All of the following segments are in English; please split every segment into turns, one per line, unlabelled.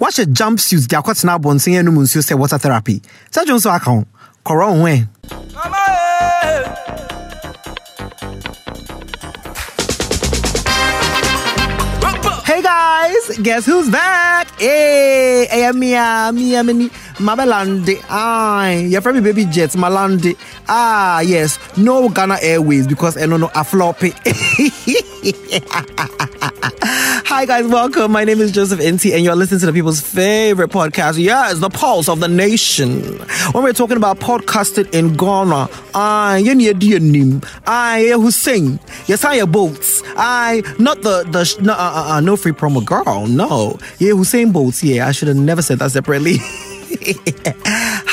wahyɛ jumpsuit de akɔtena abɔnten anom nsuo sɛ water therapy sɛ dwo nso aka ho kɔrɔ wo ho ɛ Hey guys, guess who's back? Hey, hey, ah, Mia, Mia, Mini, Mabalande. Aye, your friend baby jets, Malande. Ah, yes, no Ghana Airways because eh, I don't know a floppy. Hi guys, welcome. My name is Joseph Inti, and you're listening to the people's favorite podcast. Yes, the pulse of the nation. When we're talking about podcasting in Ghana, I you need your name. I Hussein. Yes, I your boats. I not the the sh- no, uh, uh, uh, no free promo girl. No, yeah, Hussein boats. Yeah, I should have never said that separately.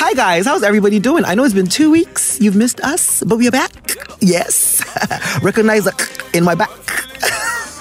Hi guys, how's everybody doing? I know it's been two weeks. You've missed us, but we are back. Yes, recognize the in my back.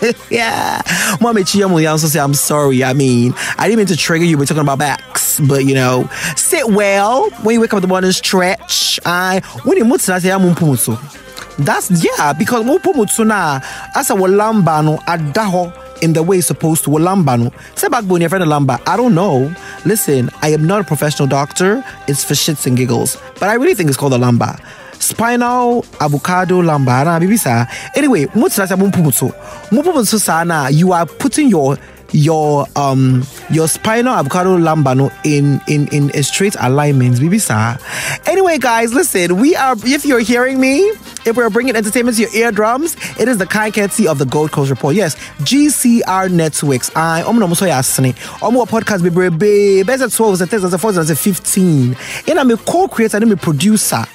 yeah. Mommy Chiyamu also say, I'm sorry. I mean, I didn't mean to trigger you. We're talking about backs, but you know, sit well when you wake up in the morning, stretch. I, when you move I say, I'm umpumu. That's, yeah, because umpumu na, as a walambano, adaho. In the way it's supposed to, Walambano. Say backbone, your friend Lamba. I don't know. Listen, I am not a professional doctor. It's for shits and giggles. But I really think it's called a Lamba spinal avocado lambara bibi saa anyway mo tena sɛ mompumu so mompumu so saa na you are putting your your um your spinal avocado lumbar no in in in a straight alignment bibi saa anyway guys listen we are if you're hearing me if we're bringing entertainment to your eardrums it is the kind courtesy of the gold coast report yes gcr networks i omo na mo so yɛ asene ɔmo wɔ podcast bebrebe bɛsɛ 12 sɛ 13 sɛ 14 sɛ 15 ɛna me co-creator ne me producer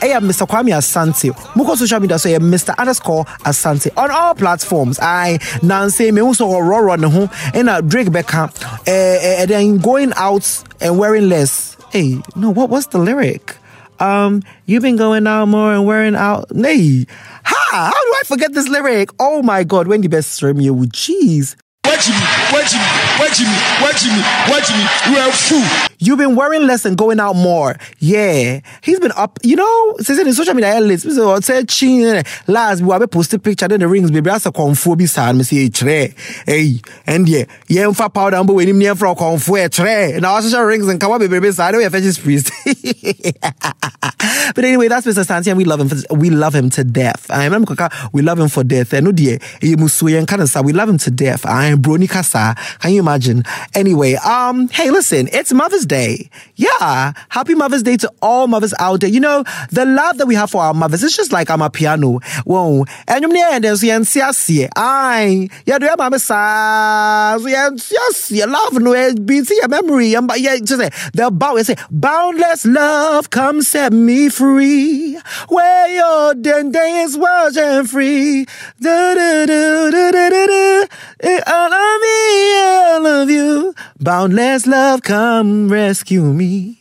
ɛyɛ mr kwame asante mokɔ social media so ɛyɛ mr underscore asante on all platforms I nanse mehu sɛ ɔrɔrɔ ne ho ɛna uh, drake bɛka eh, eh, and then going out and wearing less hey no what what's the lyric um, you've been going out more and wearing out. Nay, ha! How do I forget this lyric? Oh my God, when you best serve me, oh, jeez.
Watching me, watching me, watching me, watching me, watching me. You are a fool.
You've been wearing less and going out more. Yeah. He's been up, you know, since in social media, list, so I said, chin, last, we have posted picture, then the rings, baby, that's a confobi sign, me say, tre. Hey, and yeah, yeah, for powder, but when him near from confu, eh, tre. Now, social rings and come up, baby, so I know you're fetish priest. but anyway, that's Mr. Santi, and we love him. For, we love him to death. I remember Kaka, we love him for death. And no dear, eh, Musuye and Kanasa, we love him to death. I am Brony Kasa. Can you imagine? Anyway, um, hey, listen, it's Mother's Day. Yeah, happy Mother's Day to all mothers out there. You know, the love that we have for our mothers, it's just like I'm a piano. Whoa, and you and there's Yansiasie. Aye, yeah, do your mama says Yansiasie. Love no BT your memory. Yeah, but yeah, just say they'll bow and say, Boundless love, come set me free. Where your den day is wild and free. Da, da, da, da, da, da, da. Eh, All of me, all of you. Boundless love, come rescue me.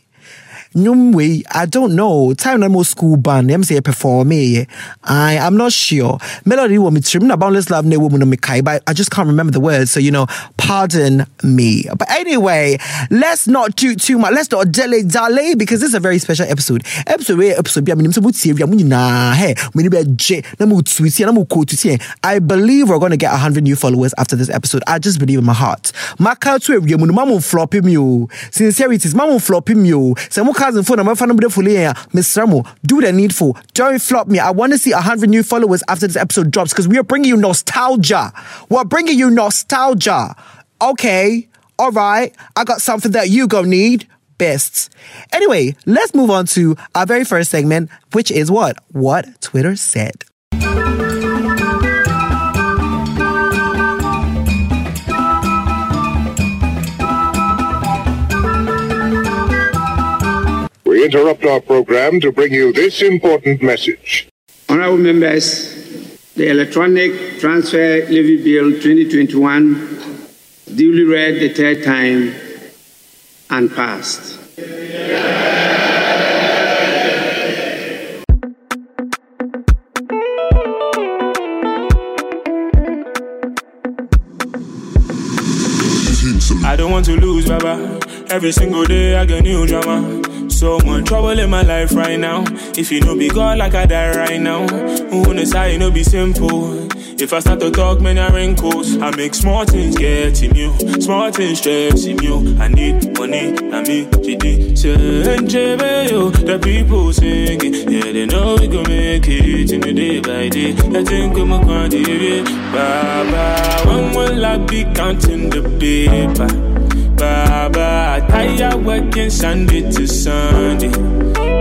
Nyumwe, I don't know. Time na mo school band, them say e perform me. I I'm not sure. Melody will me trim na boundless love ne woman me kai, but I just can't remember the words. So you know, pardon me. But anyway, let's not do too much. Let's not delay delay because this is a very special episode. Episode where episode bi a minim so buti bi a nyina he mini be je na mo tweet na mo quote tweet. I believe we're going to get 100 new followers after this episode. I just believe in my heart. Maka to ewia mu no mamu floppy me oh. o. Sincerity, mamu floppy me o. Sɛ mo cousin phone na mo fa no bɛfo leɛ a, mesrɛ mo, do the needful. Don't flop me. I want to see 100 new followers after this episode drops because we are bringing you nostalgia. We're bringing you nostalgia. Okay. All right. I got something that you gonna need. Best. Anyway, let's move on to our very first segment, which is what? What Twitter said.
We interrupt our program to bring you this important message.
Honourable members, the Electronic Transfer Levy Bill 2021 duly read the third time and passed.
I don't want to lose, Baba. Every single day I get new drama. So much trouble in my life right now. If you know be God like I die right now, who knows how you know be simple. If I start to talk, many wrinkles. I make small things getting you, small things stressing you. I need money, I mean, GD. Say, you, the people singing. Yeah, they know we gon' make it in the day by day. I think I'm a quantity. Baba, when will I be counting the paper? Baba, tired working Sunday to Sunday.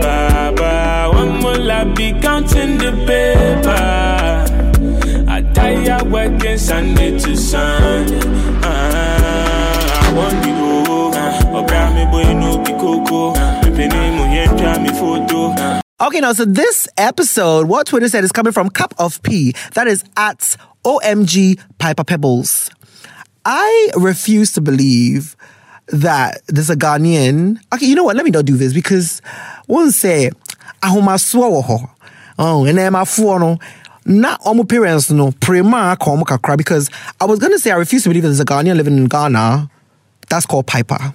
Baba, when will I be counting the paper? I tired working Sunday to Sunday. Ah, I want to go. Ah, Obra me boy no be coco. Pepe ne mo yen try oh, me photo. Ah.
Okay, now, so this episode, what Twitter said is coming from Cup of P. That is at OMG Piper Pebbles. I refuse to believe that there's a Ghanaian. Okay, you know what? Let me not do this because one say, Ahoma ho. Oh, and then my phone. Not all my parents no prema komo kakra because I was gonna say I refuse to believe that there's a Ghanaian living in Ghana that's called Piper.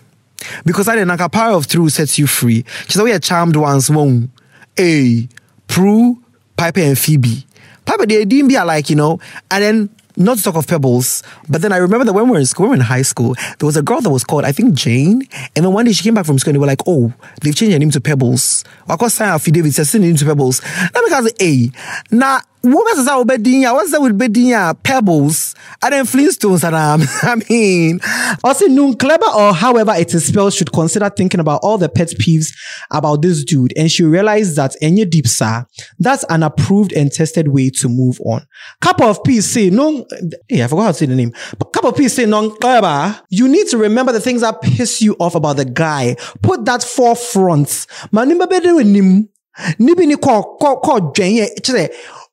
Because I didn't like a power of truth sets you free. She's always a charmed ones won't. Hey, Prue, Piper, and Phoebe. Piper, they didn't be like, you know, and then not to talk of pebbles, but then I remember that when we were in school, we were in high school, there was a girl that was called, I think, Jane. And then one day she came back from school and they were like, oh, they've changed her name to Pebbles. Of course, sign affidavit says, send name to Pebbles. Now, because, hey, now, woman says, I will be dinya, what's that with bedinya? Pebbles. And then Flintstones, and um, I mean, also, noon clever or however it is spelled should consider thinking about all the pet peeves about this dude. And she realized that any deep sir, that's an approved and tested way to move on. Cup of peace say, no, hey, I forgot how to say the name. But cup of peace say, non clever. You need to remember the things that piss you off about the guy. Put that forefront. Manimba bede nim. Nibi ni ko, ko, ko, jenye. Chise,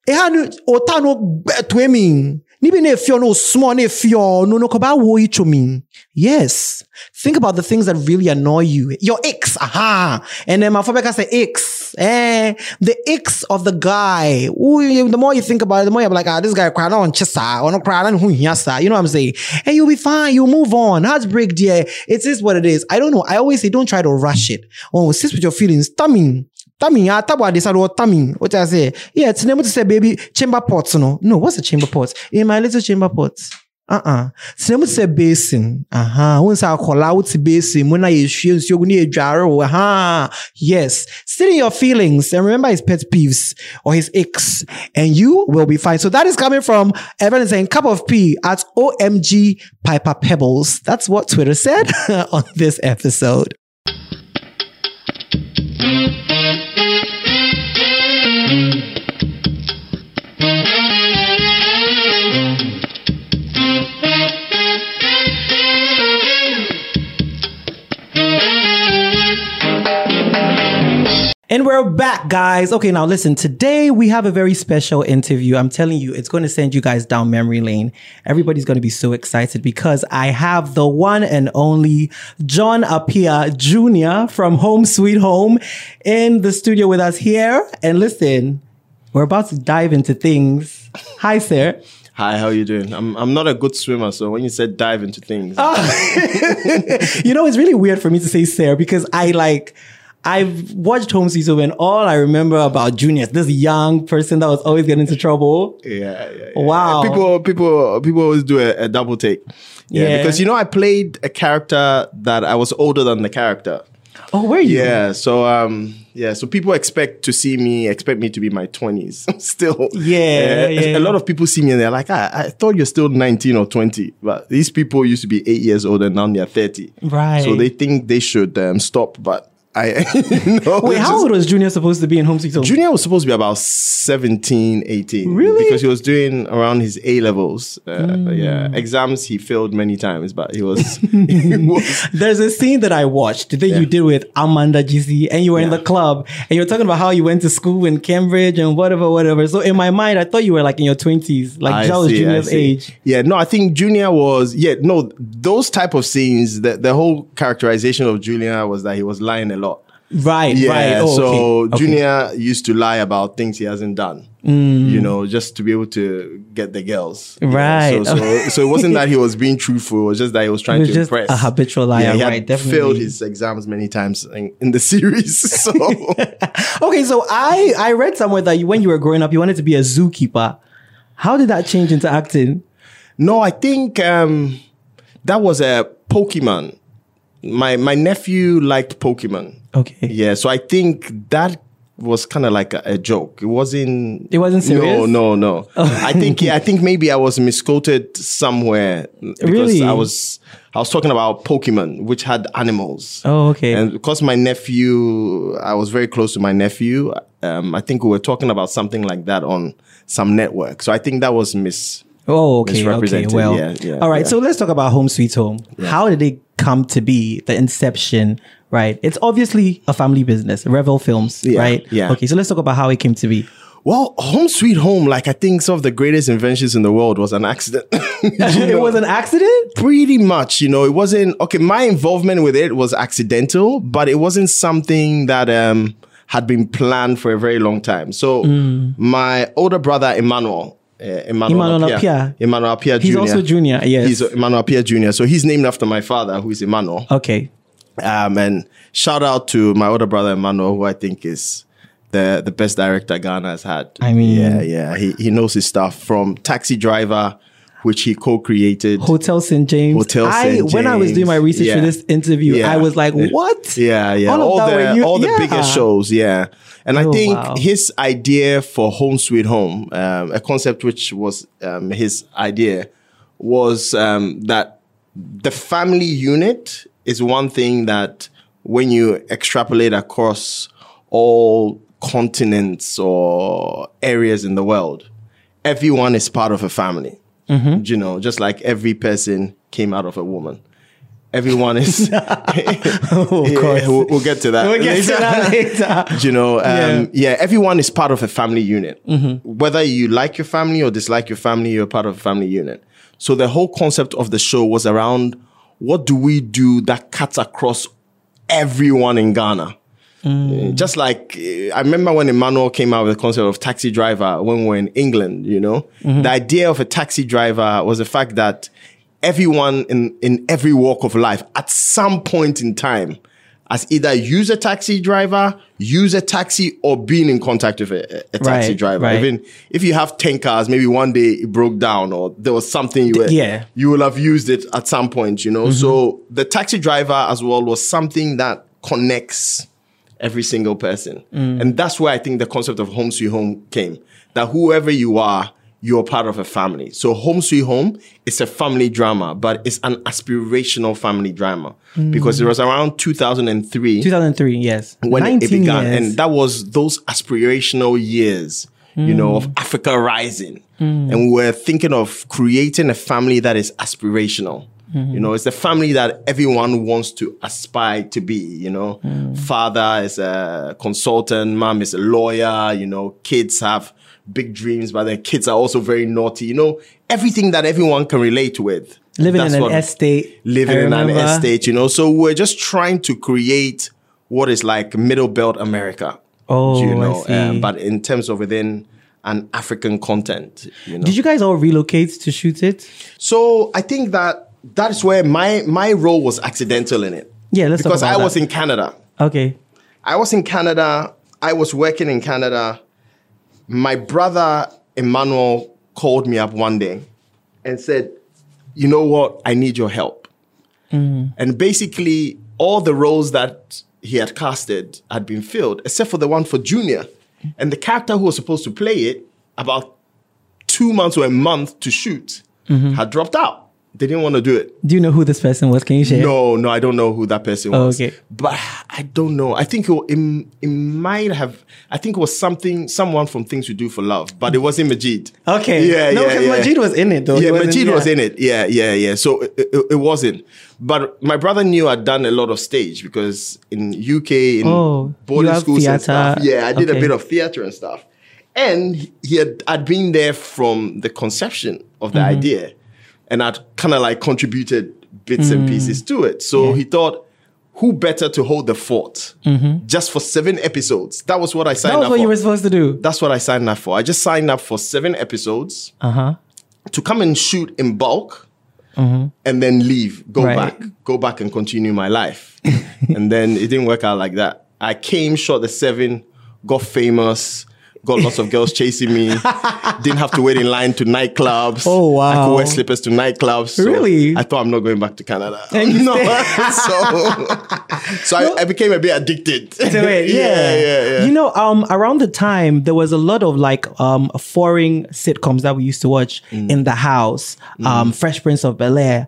eha no, ota no, betwe mi. Nibi ne fio no, small ne fio, no, no, koba wo icho mi. Yes. Think about the things that really annoy you. Your icks, aha. And then my Fabeka say icks. Eh, the icks of the guy. Ooh, you- the more you think about it, the more you're like, ah, this guy crying on chisa, or not crying on who he has, ah. You know what I'm saying? And you'll be fine. You'll move on. Heartbreak, dear. It is what it is. I don't know. I always say, don't try to rush it. Oh, sit with your feelings. Tummy. Tummy, ah, tabwa this or tummy. What I say? Yeah, it's name to say, baby, chamber pots, no. No, what's a chamber pot? In my little chamber pot. Uh-uh. Sɛ mu te sɛ basin. Uh-huh. Aha. Wo sɛ akɔla wote basin mu na yɛhwie nsuo gu ne yɛdware wo. Aha. Uh-huh. Yes. Sit in your feelings and remember his pet peeves or his icks and you will be fine. So that is coming from Evan saying cup of pee at OMG Piper Pebbles. That's what Twitter said on this episode. And we're back, guys. Okay, now listen, today we have a very special interview. I'm telling you, it's going to send you guys down memory lane. Everybody's going to be so excited because I have the one and only John Apia Jr. from Home Sweet Home in the studio with us here. And listen, we're about to dive into things. Hi, sir.
Hi, how you doing? I'm I'm not a good swimmer, so when you said dive into things,
you know, it's really weird for me to say Sarah because I like I've watched Home Sweet Home and all I remember about Junior is this young person that was always getting into trouble.
yeah, yeah, yeah.
Wow.
People, people, people always do a, a double take. Yeah,
Yeah.
because you know I played a character that I was older than the character.
Oh, were you?
Yeah, so um, yeah, so people expect to see me, expect me to be my twenties still.
Yeah,
Uh,
yeah.
a lot of people see me and they're like, "Ah, I, I thought you're still nineteen or twenty, but these people used to be eight years old and now they're thirty.
Right.
So they think they should um, stop, but I. no,
Wait,
it's
how
just-
old was Junior supposed to be in Home Sweet Home?
Junior was supposed to be about 17, 18.
Really? Hmm.
Because he was doing around his A levels. Uh, Yeah. Exams he failed many times, but he was. he was
There's a scene that I watched that you
Yeah.
did with Amanda GC and you were in the club and you were talking about how you went to school in Cambridge and whatever, whatever. So in my mind, I thought you were like in your 20s, like that was
see,
Junior's
see.
age.
Yeah, no, I think Junior was yeah, no, those type of scenes, the, the whole characterization of Junior was that he was lying a lot.
Right,
Yeah,
right. Oh,
so
okay. Okay.
Junior used to lie about things he hasn't done.
Mm.
You know, just to be able to get the girls. you know.
Right.
So, so, so it wasn't that he was being truthful. It was just that he was trying
was
to
just
impress.
a habitual liar,
Yeah, he had
right, definitely.
failed his exams many times in, in the series. So
Okay, so I I read somewhere that you, when you were growing up, you wanted to be a zookeeper. How did that change into acting?
No, I think um, that was a Pokemon. My my nephew liked Pokemon.
Okay.
Yeah, so I think that was kind of like a, a joke. It wasn't.
It wasn't serious? Oh.
No, no, no. I think yeah, I think maybe I was misquoted somewhere because
Really?
I was I was talking about Pokemon, which had animals.
Oh, okay.
And because my nephew, I was very close to my nephew. Um, I think we were talking about something like that on some network. So I think that was miss.
Oh, okay, okay.
Misrepresented,
Well,
yeah, yeah,
all right.
yeah.
So let's talk about Home Sweet Home. How did it come to be? The inception, right? It's obviously a family business, Revel Films,
Yeah,
right?
yeah.
Okay, so let's talk about how it came to be.
Well, home sweet home, like I think some of the greatest inventions in the world was an accident.
it was an accident.
pretty much, you know, it wasn't okay. My involvement with it was accidental, but it wasn't something that um had been planned for a very long time. So my older brother Emmanuel. Uh,
Mm.
Emmanuel,
Emmanuel
Appiah-
Appiah.
Emmanuel Appiah Jr.
He's also junior, yes.
He's Emmanuel Appiah Jr. So he's named after my father, who is Emmanuel.
Okay.
Um, and shout out to my older brother Emmanuel, who I think is the the best director Ghana has had.
I mean-
yeah, yeah, he he knows his stuff from Taxi Driver, which he co-created.
Hotel St. James.
Hotel
I,
St.
When I was doing my
James.
research for
Yeah.
this interview,
Yeah.
I was like, what?
Yeah, yeah,
All, of
all,
that were
the
you-
all the
yeah.
biggest shows. Yeah, and I
Oh,
think
wow.
his idea for Home Sweet Home, um, a concept which was um, his idea, was um, that the family unit is one thing that when you extrapolate across all continents or areas in the world, everyone is part of a family.
Mm-hmm.
You know, just like every person came out of a woman. Everyone is. Yeah,
course.
we'll, we'll get to that.
We'll get to that later.
You know, um, yeah. everyone is part of a family unit.
Mm-hmm.
Whether you like your family or dislike your family, you're part of a family unit. So the whole concept of the show was around what do we do that cuts across everyone in Ghana? Just like eh, I remember when Emmanuel came out with the concept of taxi driver when we were in England, you know,
Mm-hmm.
the idea of a taxi driver was the fact that everyone in, in every walk of life at some point in time has either used a taxi driver, used a taxi, or been in contact with a, a taxi
Right,
driver.
right.
Even if you have 10 cars, maybe one day it broke down or there was something you were,
Yeah. Mm-hmm.
you will have used it at some point, you know. So the taxi driver as well was something that connects every single person. And that's where I think the concept of home sweet home came. That whoever you are, you're part of a family. So home sweet home is a family drama, but it's an aspirational family drama because it was around 2003
2003, yes.
when it- it
19
began.
years.
And that was those aspirational years, you know,
Mm.
of Africa rising. And we were thinking of creating a family that is aspirational.
Mm-hmm.
You know, it's the family that everyone wants to aspire to be. You know,
Mm.
father is a consultant, mom is a lawyer, you know, kids have big dreams, but their kids are also very naughty. You know, everything that everyone can relate with.
Living
That's
in an
what-
estate.
living
I
in an
remember.
estate, you know. So we're just trying to create what is like middle belt America.
Oh, I see.
Um, but in terms of within an African content, you know.
Did you guys all relocate to shoot it?
so I think that that is where my my role was accidental in it.
Yeah, let's talk
because
about
I was
that.
in Canada.
Okay.
I was in Canada. I was working in Canada. My brother Emmanuel called me up one day and said, "You know what? I need your help." And basically, all the roles that he had casted had been filled, except for the one for Junior. And the character who was supposed to play it, about two months or a month to shoot, had dropped out. They didn't want to do it.
Do you know who this person was? Can you share?
No, no, I don't know who that person
Oh,
was.
okay.
But I don't know. I think it, wa- it, it might have, I think it was something, someone from Things We Do for Love, but it wasn't Majid.
Okay.
Yeah,
No,
yeah,
because
yeah.
Majid was in it though.
Yeah,
He was in-
Majid was
yeah.
in it. Yeah, yeah, yeah. So it, it, it wasn't. But my brother knew I'd done a lot of stage because in UK, in
Oh, you
boarding
have
schools and stuff.
theatre.
Yeah, I did
Okay.
a bit of theater and stuff. And he had, I'd been there from the conception of the
Mm-hmm.
idea and I'd kind of like contributed bits
Mm.
and pieces to it. So he thought, who better to hold the fort just for seven episodes? That was what I signed
Mm-hmm. That was
up
what
for.
you were supposed to do.
That's what I signed up for. I just signed up for seven episodes
Uh huh.
to come and shoot in bulk and then leave, go
Mm-hmm. Right.
back, go back and continue my life. and then it didn't work out like that. I came, shot the seven, got famous, Got lots of girls chasing me. Didn't have to wait in line to nightclubs.
Oh,
I could
wow.
wear slippers to nightclubs. So
Really?
I thought I'm not going back to Canada.
And you
no.
stay-
so so I, I became a bit addicted
to it. Yeah.
yeah, yeah, yeah.
You know, um, around the time there was a lot of like um foreign sitcoms that we used to watch
Mm.
in the house. Um, Fresh Prince of Bel Air.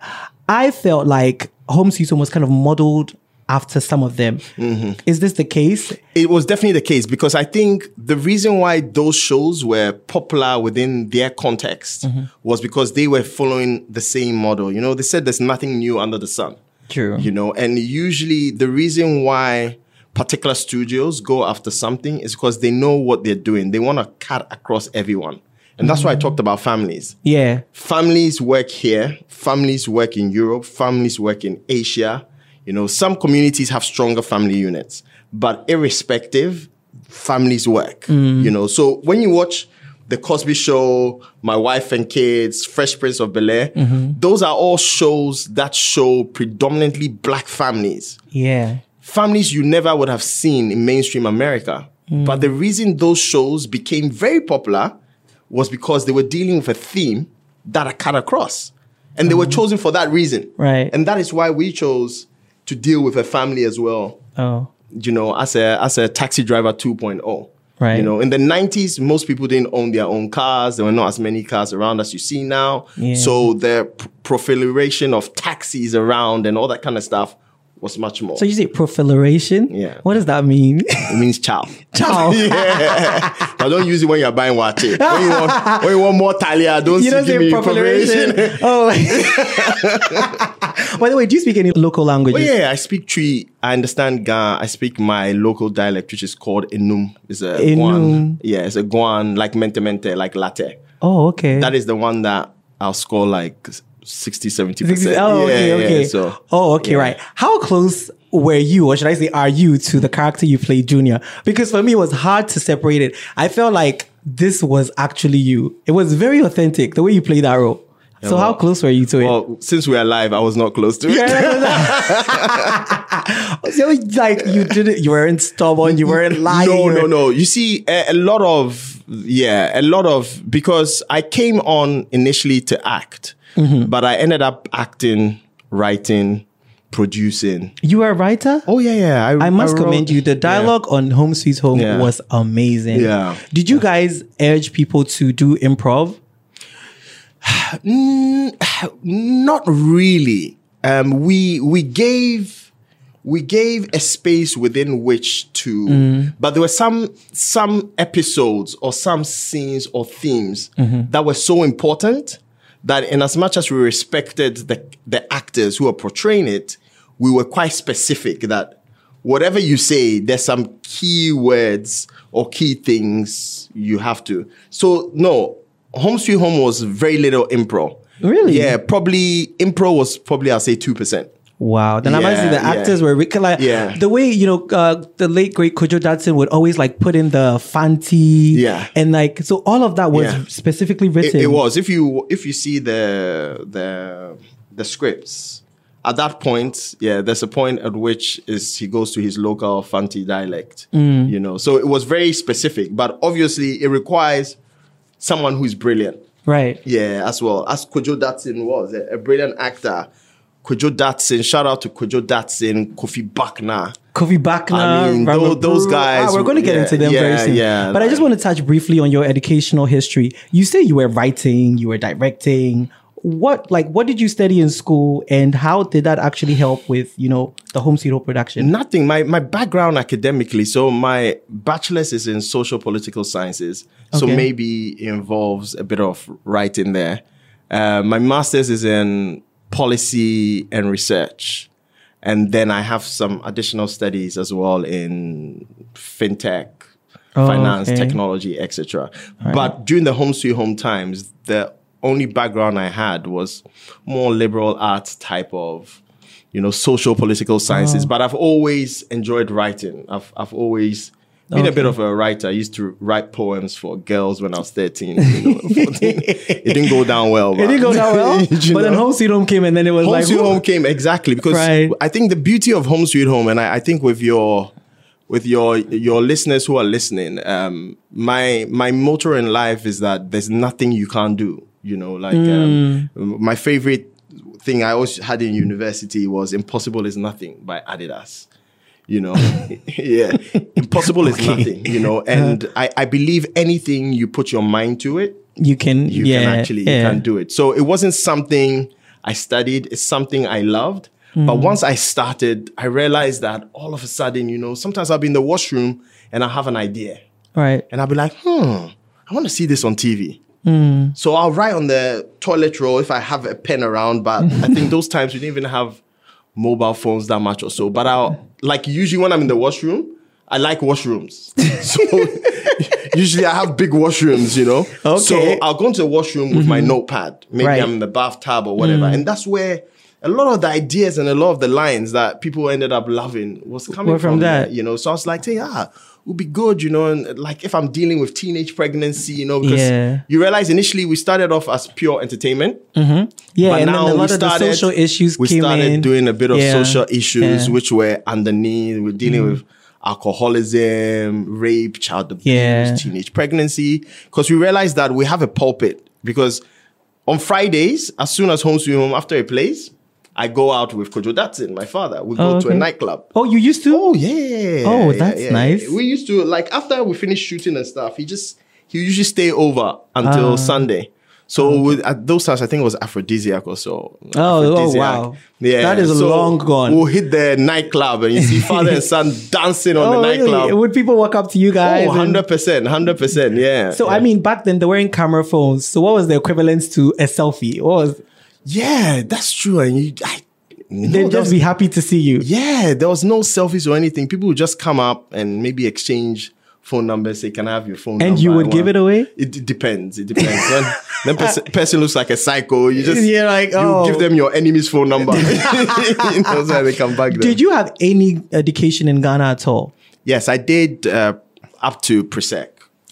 I felt like Holmes Houston was kind of modeled after some of them.
Mm-hmm.
Is this the case?
it was definitely the case because I think the reason why those shows were popular within their context was because they were following the same model. You know, they said there's nothing new under the sun.
True.
You know, and usually the reason why particular studios go after something is because they know what they're doing. They want to cut across everyone. And that's why I talked about families
Yeah.
families work here, families work in Europe, families work in Asia. You know, some communities have stronger family units, but irrespective, families work. You know, so when you watch The Cosby Show, My Wife and Kids, Fresh Prince of Bel Air, those are all shows that show predominantly black families
Yeah.
families you never would have seen in mainstream America.
Mm.
But the reason those shows became very popular was because they were dealing with a theme that I cut across. And they were chosen for that reason.
Mm. Right.
And that is why we chose to deal with a family as well,
Oh.
you know, as a as a taxi driver 2.0.
Right.
You know, in the 90s, most people didn't own their own cars. There were not as many cars around as you see now.
Yeah.
So the pr- proliferation of taxis around and all that kind of stuff was much more.
So you say proliferation?
Yeah.
What does that mean?
It means chow.
Chow.
yeah. Now don't use it when you're buying water. When you want, when you want more talia, don't
you
see,
don't
give
say
me
proliferation.
preparation.
oh. By the way, do you speak any local
But
languages?
Oh, yeah, I speak tree. I understand Ga. I speak my local dialect, which is called Enum. It's a
Enum.
Guan. Yeah, it's a Guan, like mente mente, like latte.
Oh, okay.
That is the one that I'll score like 60, 70%.
Oh, okay,
yeah,
okay.
Yeah, so.
oh, okay,
yeah.
right. How close were you, or should I say, are you to the character you played, Junior? Because for me, it was hard to separate it. I felt like this was actually you. It was very authentic the way you played that role. so, how
well-
close were you to it?
Well, since we're alive, I was not close to it.
So, like you didn't, you weren't stubborn, you weren't lying.
No,
you
no,
weren't-
no. You see, a, a lot of yeah, a lot of because I came on initially to act,
Mm-hmm.
but I ended up acting, writing, producing.
You were a writer.
Oh yeah, yeah.
I must
wrote-
commend you. The dialogue on Home Sweet Home
Yeah.
was amazing.
Yeah.
Did you guys urge people to do improv?
Yeah. Not really. Um, we we gave we gave a space within which to, but there were some some episodes or some scenes or themes that were so important that, in as much as we respected the the actors who are portraying it, we were quite specific that whatever you say, there's some key words or key things you have to. So no, Home Sweet Home was very little improv.
Really?
Yeah, probably improv was probably I'll say two percent.
Wow. Then I might say
Yeah,
the
yeah.
actors were wicked. Like,
Yeah.
The way, you know, uh, the late, great Kojo Dadson would always like put in the Fanti.
Yeah.
And like, so all of that was
Yeah.
specifically
It,
written.
it was. If you if you see the the the scripts at that point, yeah, there's a point at which is he goes to his local Fanti dialect. You know, so it was very specific, but obviously it requires someone who is brilliant.
Right.
Yeah, as well as Kojo Datsin was a, a brilliant actor. Kojo Datsin, shout out to Kojo Datsin, Kofi Bakna.
Kofi Bakna.
I mean,
Rama
tho- those
Bru-
guys
Ah, we're going to get
were-
into them
yeah,
very soon.
yeah,
But I just
like-
want to touch briefly on your educational history. You say you were writing, you were directing. What like what did you study in school, and how did that actually help with you know the home studio production?
Nothing. My my background academically, so my bachelor's is in social political sciences. So
Okay.
maybe it involves a bit of writing there. Uh, my master's is in policy and research. And then I have some additional studies as well in fintech,
Oh,
finance,
okay.
technology, etc. But during the home sweet home times, the only background I had was more liberal arts type of, you know, social political sciences.
Oh.
But I've always enjoyed writing. I've I've always been a bit of a writer. I used to write poems for girls when I was 13, you know, 14. It didn't go down well.
It didn't go that well,
You
but then
know?
home studio Home came, and then it was
Home
like
Sweet
woo.
Home came exactly because
Right.
I think the beauty of Home Sweet Home, and I, I think with your with your your listeners who are listening, um, my my motto in life is that there's nothing you can't do. You know, like
Mm.
um, my favorite thing I always had in university was "Impossible is Nothing" by Adidas. You know, yeah, impossible is nothing. You know, and I, I believe anything you put your mind to it,
You can,
you
yeah,
can actually you
yeah.
can do it. So it wasn't something I studied, it's something I loved.
Mm.
But once I started, I realized that all of a sudden, you know, sometimes I'll be in the washroom and I have an idea.
Right.
And I'll be like, hmm, I want to see this on TV.
Hmm.
So I'll write on the toilet roll if I have a pen around. But I think those times we didn't even have mobile phones that much or so. But I'll, like, usually when I'm in the washroom, I like washrooms. So usually I have big washrooms, you know?
Okay. Mm-hmm.
So I'll go into the washroom with my notepad. Maybe
Right. Mm.
I'm in the bathtub or whatever. And that's where a lot of the ideas and a lot of the lines that people ended up loving was coming
Were from
from,
that.
there, you know. So I was like, hey, ah, would be good, you know, and like if I'm dealing with teenage pregnancy, you know, because
Yeah.
you realize initially we started off as pure entertainment.
Yeah,
But
and
now
then a lot
we
of the
started-
social issues
We
came
started
in.
doing a bit of
Yeah.
social issues,
Yeah. Mm.
which were underneath. We're dealing with alcoholism, rape, child abuse,
Yeah.
teenage pregnancy. Because we realized that we have a pulpit. Because on Fridays, as soon as Home Sweet Home, after it plays, I go out with Kojo Datsun, my father. We go
Oh,
to a
okay.
nightclub.
Oh, you used to?
Oh yeah.
Oh,
yeah,
that's
yeah,
nice.
yeah. We used to like after we finished shooting and stuff. He just he usually stay over until
Ah.
Sunday. So with, at those times, I think it was aphrodisiac or so.
oh,
Aphrodisiac.
wow.
Yeah,
That is
so
long gone.
We'll hit the nightclub and you see father and son dancing on
Oh,
the
really?
nightclub.
Would people walk up to you guys?
Oh,
and-
100 percent, hundred percent. Yeah.
so,
yeah.
I mean, back then they weren't camera phones. So, what was the equivalence to a selfie? What was
yeah, that's true. And you, I,
they'd
no, that
just
was-
be happy to see you?
Yeah, there was no selfies or anything. People would just come up and maybe exchange phone numbers, say, Can I have your phone number?
And you
I
would
want-"
give it away?
It d- depends. It depends. when when person, person looks like a psycho, you just
You're like, oh.
you give them your enemy's phone number. you know, so they come back. Then.
Did you have any education in Ghana at all?
Yes, I did uh, up to Prosec.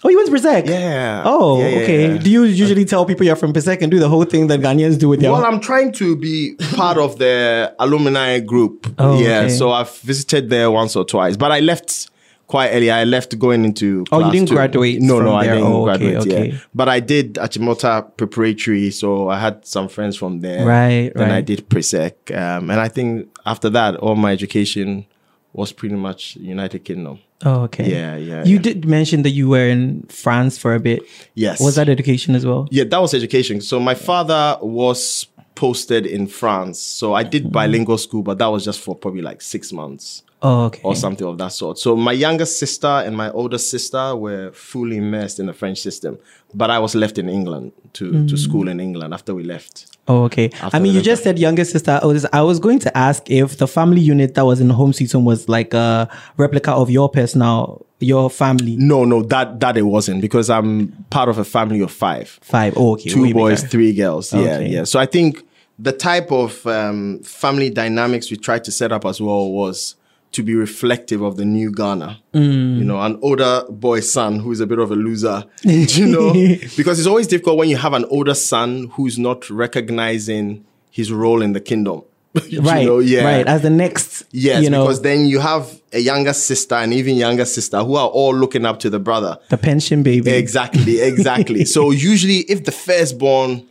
Oh, you went to Pesek?
Yeah.
Oh,
Yeah, yeah,
okay.
yeah.
Do you usually tell people you're from Pesek and do the whole thing that Ghanaians do with their
Well, I'm trying to be part of the alumni group.
Oh,
yeah,
okay.
so I've visited there once or twice, but I left quite early. I left going into.
Oh, you
class
didn't
two.
graduate
No,
from
no, I
there.
didn't
Oh, okay,
graduate.
okay.
Yeah, but I did Achimota Preparatory, so I had some friends from there.
Right,
Then I
right.
did Presec, um, and I think after that, all my education was pretty much United Kingdom.
Oh, okay.
Yeah, yeah,
You
yeah.
did mention that you were in France for a bit.
Yes.
Was that education as well?
Yeah, that was education. So my father was posted in France. So I did bilingual school, but that was just for probably like six months
Oh, okay.
or something of that sort. So my younger sister and my older sister were fully immersed in the French system, but I was left in England to, to school in England after we left.
Oh, okay. I mean, you
November.
just said younger sister. I was, I was going to ask if the family unit that was in home season was like a replica of your personal, your family.
No, no, that that it wasn't because I'm part of a family of five.
Five. Oh, okay.
two
way
boys,
bigger.
three girls.
Okay.
Yeah, yeah. So I think the type of um, family dynamics we tried to set up as well was to be reflective of the new Ghana.
Mm.
You know, an older boy's son who is a bit of a loser. you know, because it's always difficult when you have an older son who's not recognizing his role in the kingdom. You
Right.
know,
Right. As the next,
Yes,
you know,
because then you have a younger sister and even younger sister who are all looking up to the brother.
the pension baby.
Exactly, exactly. so usually, if the firstborn,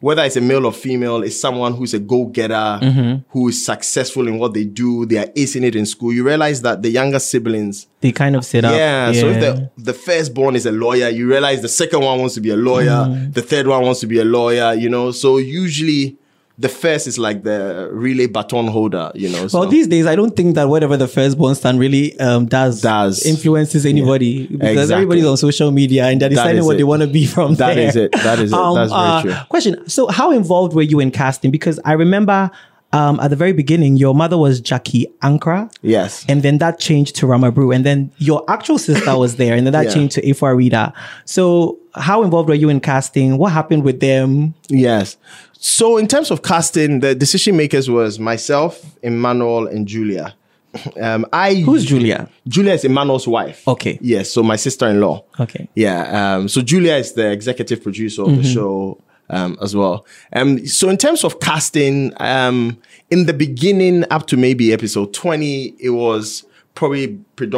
whether it's a male or female, is someone who's a go-getter, who is successful in what they do, they are acing it in school. You realize that the younger siblings,
They kind of set up.
yeah. So if the the firstborn is a lawyer, you realize the second one wants to be a lawyer, the third one wants to be a lawyer. You know, so usually. The first is like the relay baton holder, you know.
Well,
so-
these days, I don't think that whatever the firstborn son really um, does,
Does.
influences anybody because
Exactly.
everybody's on social media and they're deciding
is
what
it.
they want to be from there.
That
Um, uh,
is it. That is it. That's very true.
Question: So, how involved were you in casting? Because I remember um, at the very beginning, your mother was Jackie Ankra.
Yes.
And then that changed to Rama Brew. And then your actual sister was there. And then that
Yeah.
changed to Afua Rita. So, how involved were you in casting? What happened with them?
Yes. So in terms of casting, the decision makers was myself, Emmanuel, and Julia. Um, I
Who's Julia?
Julia is Emmanuel's wife.
Okay.
Yes. So my sister-in-law.
Okay. Mm-hmm.
Yeah. Um, so Julia is the executive producer of the show um, as well. Um, so in terms of casting, um, in the beginning up to maybe episode twenty, it was probably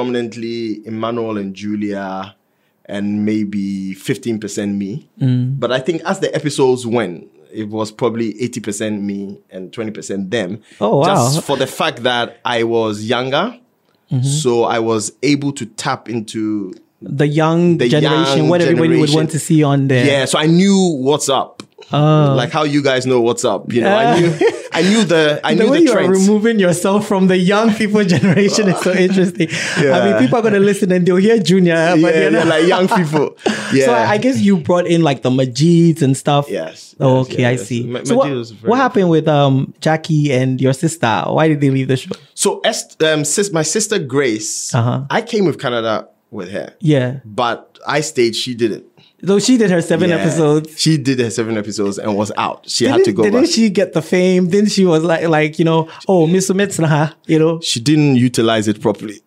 predominantly Emmanuel and Julia, and maybe fifteen percent me.
Mm.
But I think as the episodes went, it was probably eighty percent me and twenty percent them.
Oh, wow.
Just for the fact that I was younger,
Mm-hmm.
so I was able to tap into
the young
the
generation,
young
what everybody would
generation.
want to see on there.
Yeah, so I knew what's up. like how you guys know what's up. You know, I
Oh. Yeah.
knew I knew the I
The
knew
way
the
you are
trends.
removing yourself from the young people generation is so interesting. I mean,
Yeah.
people are gonna listen and they'll hear Junior, but
yeah,
they're
yeah,
not-
like young people. Yeah.
So I, I guess you brought in like the Majids and stuff.
Yes,
Oh,
yes,
okay,
yes,
I
yes.
see.
Ma-
so what,
Majid was very
what happened with um Jackie and your sister? Why did they leave the show?
So as um, sis, my sister Grace,
Uh-huh.
I came with Canada with her.
Yeah.
But I stayed, she didn't.
So she did her seven
Yeah.
episodes.
She did her seven episodes and was out. She had
Didn't-
to go
Didn't
back. She,
she get the fame? Then she was like, like you know, oh, Miss Umetsnaha, you know.
didn't utilize it properly.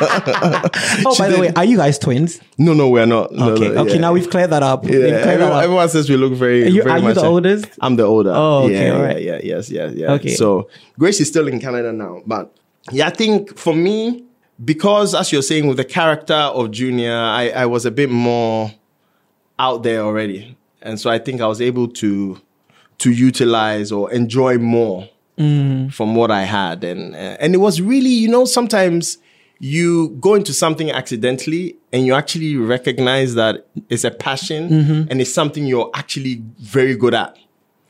Oh, by the way,
didn't.
are you guys twins?
no, no, we're not. No,
Okay,
no,
okay.
yeah.
Now we've cleared that up.
Yeah,
We've cleared
everyone,
that up.
everyone says we look very.
Are you-
very
are you
much
the
like-
oldest?
I'm the older.
Oh, okay,
yeah,
alright.
yeah, yeah, yes, yes, yeah.
Okay.
So Grace is still in Canada now, but yeah, I think for me, because as you're saying, with the character of Junior, I, I was a bit more out there already, and so I think I was able to to utilize or enjoy more from what I had, and uh, and it was really, you know, sometimes you go into something accidentally and you actually recognize that it's a passion and it's something you're actually very good at,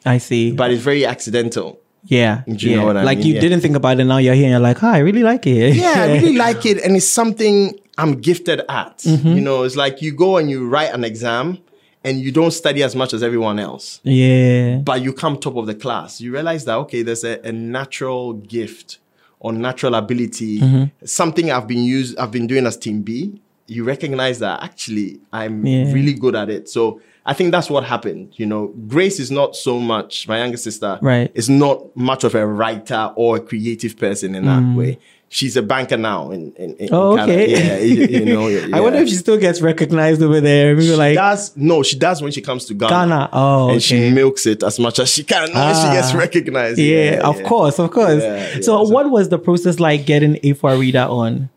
I see.
but it's very accidental.
yeah.
Do you know
yeah.
what I
like
mean?
you
Yeah.
didn't think about it. Now you're here and you're like, oh, I really like it.
Yeah, I really like it, and it's something I'm gifted at. You know, it's like you go and you write an exam and you don't study as much as everyone else.
yeah.
but you come top of the class, you realize that okay, there's a, a natural gift or natural ability,
Mm-hmm.
something I've been used, I've been doing as Team B. You recognize that actually I'm
Yeah.
really good at it. So I think that's what happened. You know, Grace is not so much my younger sister.
Right.
is not much of a writer or a creative person in that way. She's a banker now. In, in, in
Mm. Oh,
Canada.
okay.
Yeah, you, you know. yeah.
I wonder if she still gets recognized over there. Maybe
She
like,
does no, she does when she comes to Ghana.
Ghana. Oh,
and
okay.
she milks it as much as she can. and
Ah.
she gets recognized.
yeah, of course, of course.
Yeah,
so,
yeah, so-
what was the process like getting A4 Reader on?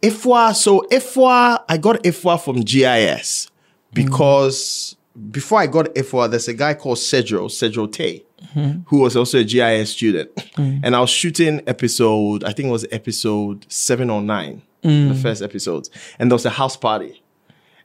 Ifwa. So Ifwa, I got Ifwa from GIS because before I got Ifwa, there's a guy called Cedro Cedro Tay,
Mm-hmm.
who was also a GIS student,
Mm.
and I was shooting episode. I think it was episode seven or nine, the
Mm.
first episodes, and there was a house party.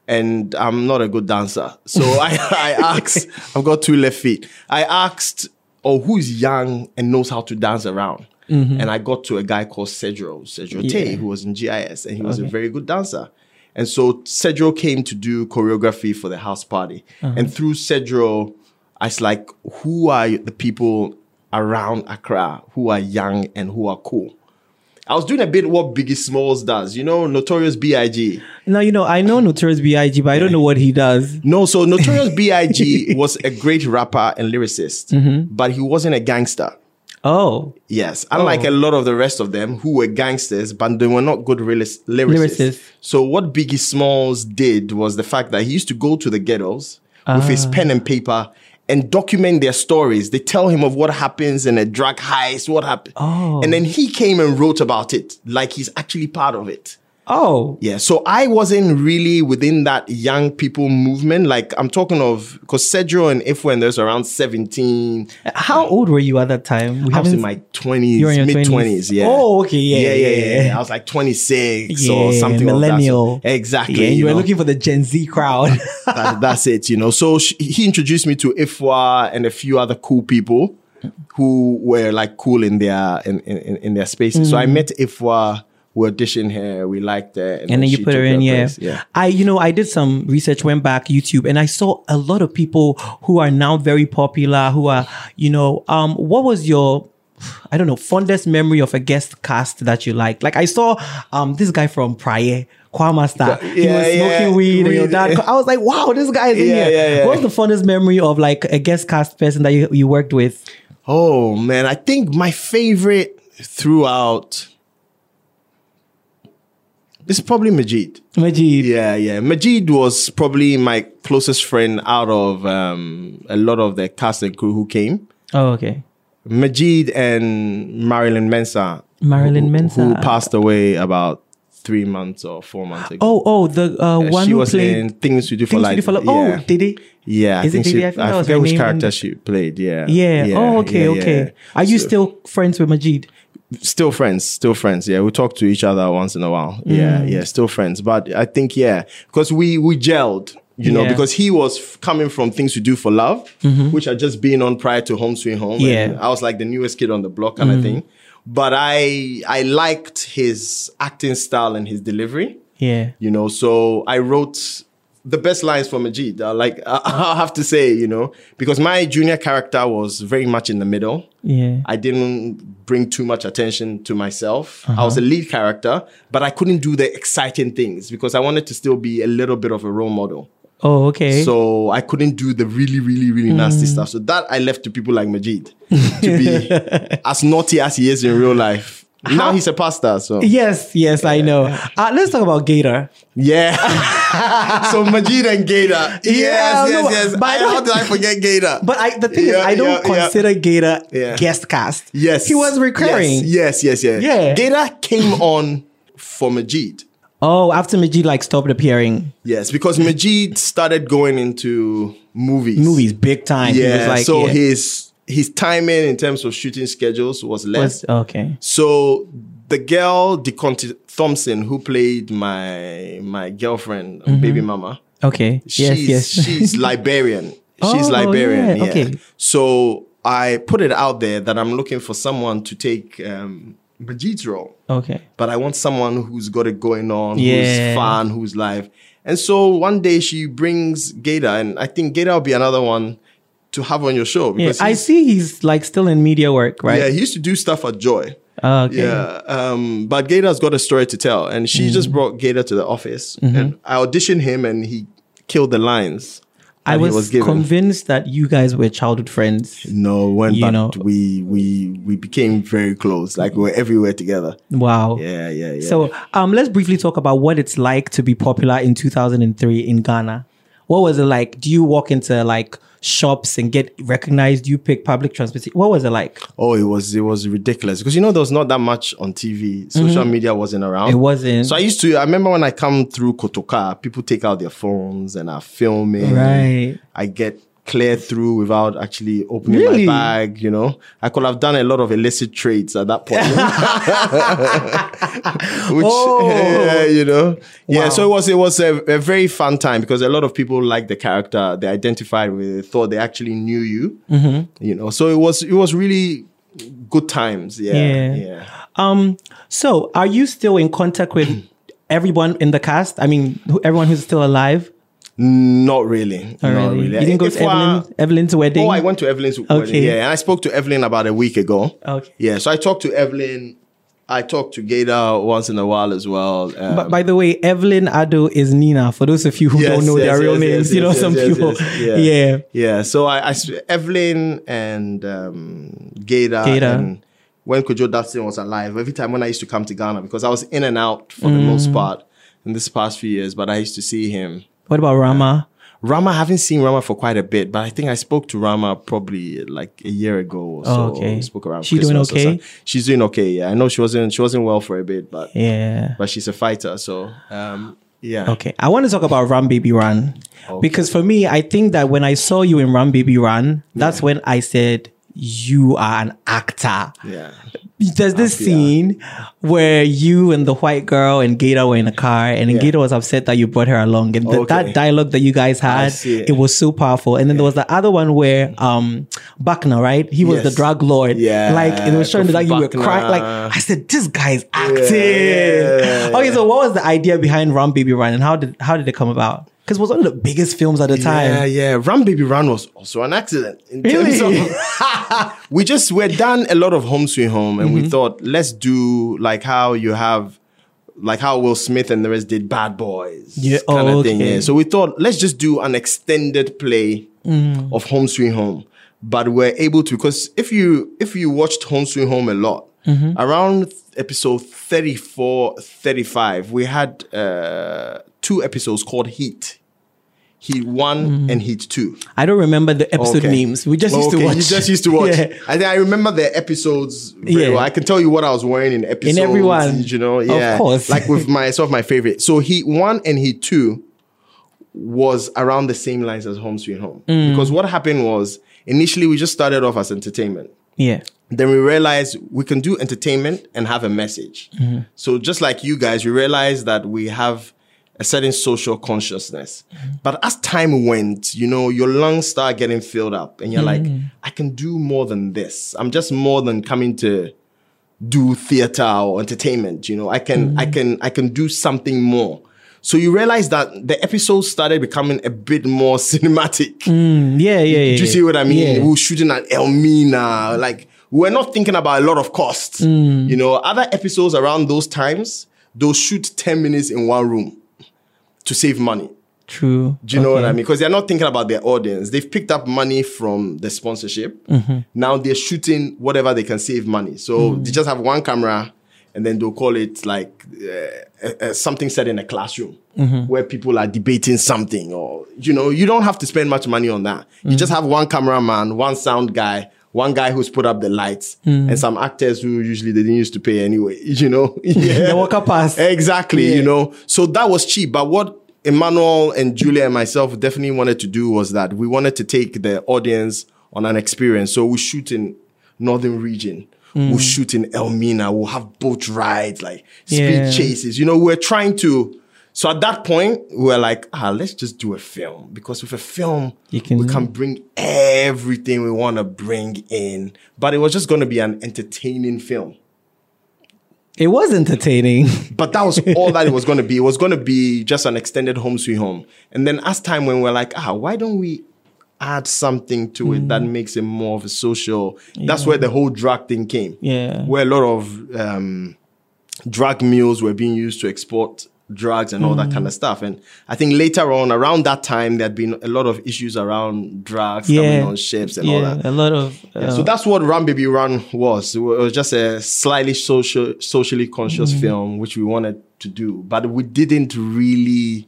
and I'm not a good dancer. So I, I asked, I've got two left feet. I asked, oh, who's young and knows how to dance around? And I got to a guy called Cedro, Cedro Tay, who was in GIS, and he was a very good dancer. And so Cedro came to do choreography for the house party. And through Cedro, I was like, who are the people around Accra who are young and who are cool? I was doing a bit what Biggie Smalls does, you know, Notorious B.I.G.
Now, you know, I know Notorious B.I.G., but I don't know what he does.
No, so Notorious B.I.G. was a great rapper and lyricist,
Mm-hmm.
but he wasn't a gangster.
Oh,
Yes, unlike a lot of the rest of them who were gangsters, but they were not good realis- lyricists.
Lyricists.
So what Biggie Smalls did was the fact that he used to go to the ghettos with
Ah.
his pen and paper and document their stories. They tell him of what happens in a drug heist, what happened,
Oh.
and then he came and wrote about it like he's actually part of it.
oh,
Yeah, so I wasn't really within that young people movement. Like I'm talking of because Cedro and Ifwen, there's around 17.
how old were you at that time? We
I was in
haven't-
my 20s,
You were in your
mid
20s.
20s. Yeah.
Oh, okay, yeah,
yeah, yeah,
yeah,
yeah. I was like 26 or
Yeah,
something. of that
millennial.
sort. Exactly.
Yeah, and you, were
know.
looking for the Gen Z crowd.
that, that's it, you know. So sh he introduced me to Ifwa and a few other cool people who were like cool in their in in, in- in their spaces. So I met Ifwa. We auditioned her. We liked her,
Mm. and then you
she
put her
took
in yeah.
place. yeah.
i you know i did some research went back youtube and i saw a lot of people who are now very popular who are you know um what was your I don't know, fondest memory of a guest cast that you liked. Like I saw um this guy from Praye, Kwamasta. he
Yeah,
was smoking
yeah.
weed and your
Weed,
dad.
yeah.
I was like, wow, this guy is in
Yeah,
here.
yeah, yeah.
What was the fondest memory of like a guest cast person that you, you worked with?
Oh man, I think my favorite throughout is probably Majid.
Majid.
Yeah, yeah. Majid was probably my closest friend out of um, a lot of the cast and crew who came.
Oh, okay.
Majid and Marilyn Mensah.
Marilyn Mensah.
Who passed away about three months or four months ago.
Oh, oh, the uh,
Uh,
one
she
who
was
played
in Things We Do for
Things
Life.
to Do for Love.
Yeah.
Oh, did he?
Yeah, I
Is it
think she,
Diddy? I
I,
think that was
forget
her
which
name.
character she played. Yeah.
Yeah. Oh, okay,
yeah,
okay.
yeah.
Are you
So-
still friends with Majid?
still friends, still friends. Yeah, we talk to each other once in a while.
Mm.
Yeah, yeah, still friends. But I think yeah, because we we gelled, you
Yeah.
know,
Mm-hmm.
because he was f- coming from things to do for love, which had just been on prior to Home Sweet Home.
Yeah. Mm.
and I was like the newest kid on the block kind of thing. But I I liked his acting style and his delivery.
Yeah.
You know, so I wrote the best lines for Majid. I like I, I have to say, you know, because my junior character was very much in the middle.
Yeah.
I didn't bring too much attention to myself. I was a lead character, but I couldn't do the exciting things because I wanted to still be a little bit of a role model.
Oh, okay.
So I couldn't do the really, really, really nasty
Mm.
stuff. So that I left to people like Majid to be as naughty as he is in real life. Now he's a pastor, so
yes, yes, I know. Uh, let's talk about Gator.
yeah. so Majid and Gator. Yes,
Yeah,
yes,
no,
yes.
but I
I-
don't-
how did I forget Gator?
But I, the thing is,
Yeah,
I don't
yeah, yeah.
consider Gator
Yeah.
guest cast.
yes,
he was recurring.
Yes, yes, yes, yes.
Yeah.
Gator came on for Majid.
Oh, after Majid like stopped appearing,
Yes, because Majid started going into movies.
movies big time. he was
Yeah.
like,
so
yeah,
his his timing in terms of shooting schedules was less.
was uh, okay.
so the girl Deconte Thompson, who played my my girlfriend, baby mama,
Okay. Mm-hmm. Yes,
she's
yes.
she's Liberian. She's
Oh,
Liberian.
yeah,
Yeah.
okay.
So I put it out there that I'm looking for someone to take um, Majid's role
okay.
but I want someone who's got it going on,
Yeah.
who's fun, who's live. And so one day she brings Gator, and I think Gator will be another one to have on your show
Yeah,
because
I
he's-
see he's like still in media work, right?
yeah, he used to do stuff at Joy.
Okay.
Yeah, um, but Gator's got a story to tell, and she just
Mm-hmm.
brought Gator to the office, and I auditioned him, and he killed the lines.
I
that he
was, convinced that you guys were childhood friends.
No, when
You
but
know-
we we we became very close, like we were everywhere together.
Wow.
Yeah, yeah, yeah.
So um, let's briefly talk about what it's like to be popular in 2003 in Ghana. What was it like? Do you walk into like shops and get recognized? Do you pick public transportation? What was it like?
Oh, it was it was ridiculous because you know there was not that much on TV. Social media wasn't around.
Mm-hmm. It wasn't.
So I used to. I remember when I come through Kotoka, people take out their phones and are filming.
Right.
I get cleared through without actually opening
Really?
my bag. You know, I could have done a lot of illicit trades at that point. Which,
Oh.
yeah, you know, yeah.
Wow.
So it was it was a, a very fun time because a lot of people liked the character, they identified with, it, thought they actually knew you.
Mm-hmm.
You know, so it was it was really good times. Yeah,
Yeah.
yeah.
Um, so are you still in contact with everyone in the cast? I mean, who, everyone who's still alive?
Not really.
Not
not
really. uh,
really.
You didn't go
If
to
I-
Evelyn, Evelyn's wedding?
Oh, I went to Evelyn's wedding.
Okay.
Yeah, and I spoke to Evelyn about a week ago.
Okay.
Yeah, so I talked to Evelyn. I talked to Gator once in a while as well. Um,
But by the way, Evelyn Ado is Nina. For those of you who
Yes,
don't know
yes,
their real
yes,
names,
yes,
you know
yes,
some
yes,
people.
yes,
yeah.
Yeah, so I, I sp- Evelyn and um, Gator,
Gator.
and when Kojo Datsun was alive, every time when I used to come to Ghana, because I was in and out for the most
Mm.
part in this past few years, but I used to see him.
What about Rama?
Rama, I haven't seen Rama for quite a bit, but I think I spoke to Rama probably like a year ago or so.
Oh, okay.
We spoke around
She doing
Christmas or
okay?
something. She's doing okay. Yeah, I know she wasn't she wasn't well for a bit, but
Yeah.
but she's a fighter, so um, yeah.
Okay, I want to talk about Ram Baby Run because for me, I think that when I saw you in Ram Baby Run, that's when I said you are an actor.
Yeah.
There's this scene where you and the white girl and Gator were in a car, and Gator was upset that you brought her along, and th-
Okay.
that dialogue that you guys had,
see
it.
it.
was so powerful. And then there was the other one where um Buckner, right? He was
Yes.
the drug lord.
Yeah,
like it was showing
Kofi
that you were
Buckner.
crying. Like I said, this guy's acting.
Yeah.
Okay, so what was the idea behind Rum Baby Run, and how did how did it come about? Because it was one of the biggest films at the
Yeah,
time.
yeah. Ram Baby Run was also an accident. In terms
Really?
of- we just we had done a lot of home sweet home, and
Mm-hmm.
we thought let's do like how you have, like how Will Smith and the rest did Bad Boys,
Yeah,
kind of
oh,
thing.
okay.
Yeah. So we thought let's just do an extended play
Mm.
of Home Sweet Home, but we're able to because if you if you watched Home Sweet Home a lot.
Mm-hmm.
Around episode 34, 35, we had uh, two episodes called Heat. Heat
Mm-hmm.
one and Heat two.
I don't remember the episode
Okay.
names. We just used to
Okay,
watch.
You just used to watch.
Yeah.
I think I remember the episodes very
Yeah.
well. I can tell you what I was wearing in episodes.
everyone.
you know,
Of
yeah,
course.
like with my some of my favorite. So Heat One and Heat Two was around the same lines as Home Sweet Home
Mm.
because what happened was initially we just started off as entertainment.
Yeah.
Then we realized we can do entertainment and have a message. So just like you guys, we realized that we have a certain social consciousness. But as time went, you know, your lungs start getting filled up and you're like, I can do more than this. I'm just more than coming to do theater or entertainment, you know. I can I can I can do something more. So you realize that the episodes started becoming a bit more cinematic.
Yeah, yeah, yeah.
Do you see what I mean?
Yeah.
We were shooting at Elmina. Like, we we're not thinking about a lot of costs.
Hmm.
You know, other episodes around those times, they'll shoot 10 minutes in one room to save money.
True.
Do you know what I mean? Because they're not thinking about their audience. They've picked up money from the sponsorship.
Mm-hmm.
Now they're shooting whatever they can save money. So they just have one camera and then they'll call it like uh, uh, uh, something said in a classroom
Mm-hmm.
where people are debating something or, you know, you don't have to spend much money on that.
Mm-hmm.
You just have one cameraman, one sound guy, one guy who's put up the lights
Mm-hmm.
and some actors who usually they didn't used to pay anyway, you know? Eh, yeah.
They walk up past.
Exactly, you know. So that was cheap. But what Emmanuel and Julia and myself definitely wanted to do was that we wanted to take the audience on an experience. So we shoot in northern region.
Hmm.
We'll shoot in Elmina. We'll have boat rides, like speed
Yeah.
chases. You know, we're trying to. So at that point, we were like, ah, let's just do a film because with a film,
You can-
we can bring everything we want to bring in. But it was just going to be an entertaining film.
It was entertaining.
But that was all that it was going to be. It was going to be just an extended home sweet home. And then as time when we're like, ah, why don't we add something to it
Mm.
that makes it more of a social? That's where the whole drug thing came.
Yeah.
Where a lot of um, drug mules were being used to export drugs and all that kind of
Mm.
stuff. And I think later on, around that time, there had been a lot of issues around drugs coming
Yeah.
on ships and all
yeah.
that.
A lot of. Uh,
Yeah, so that's what Run Baby Run was. It was just a slightly social, socially conscious
Mm-hmm.
film, which we wanted to do, but we didn't really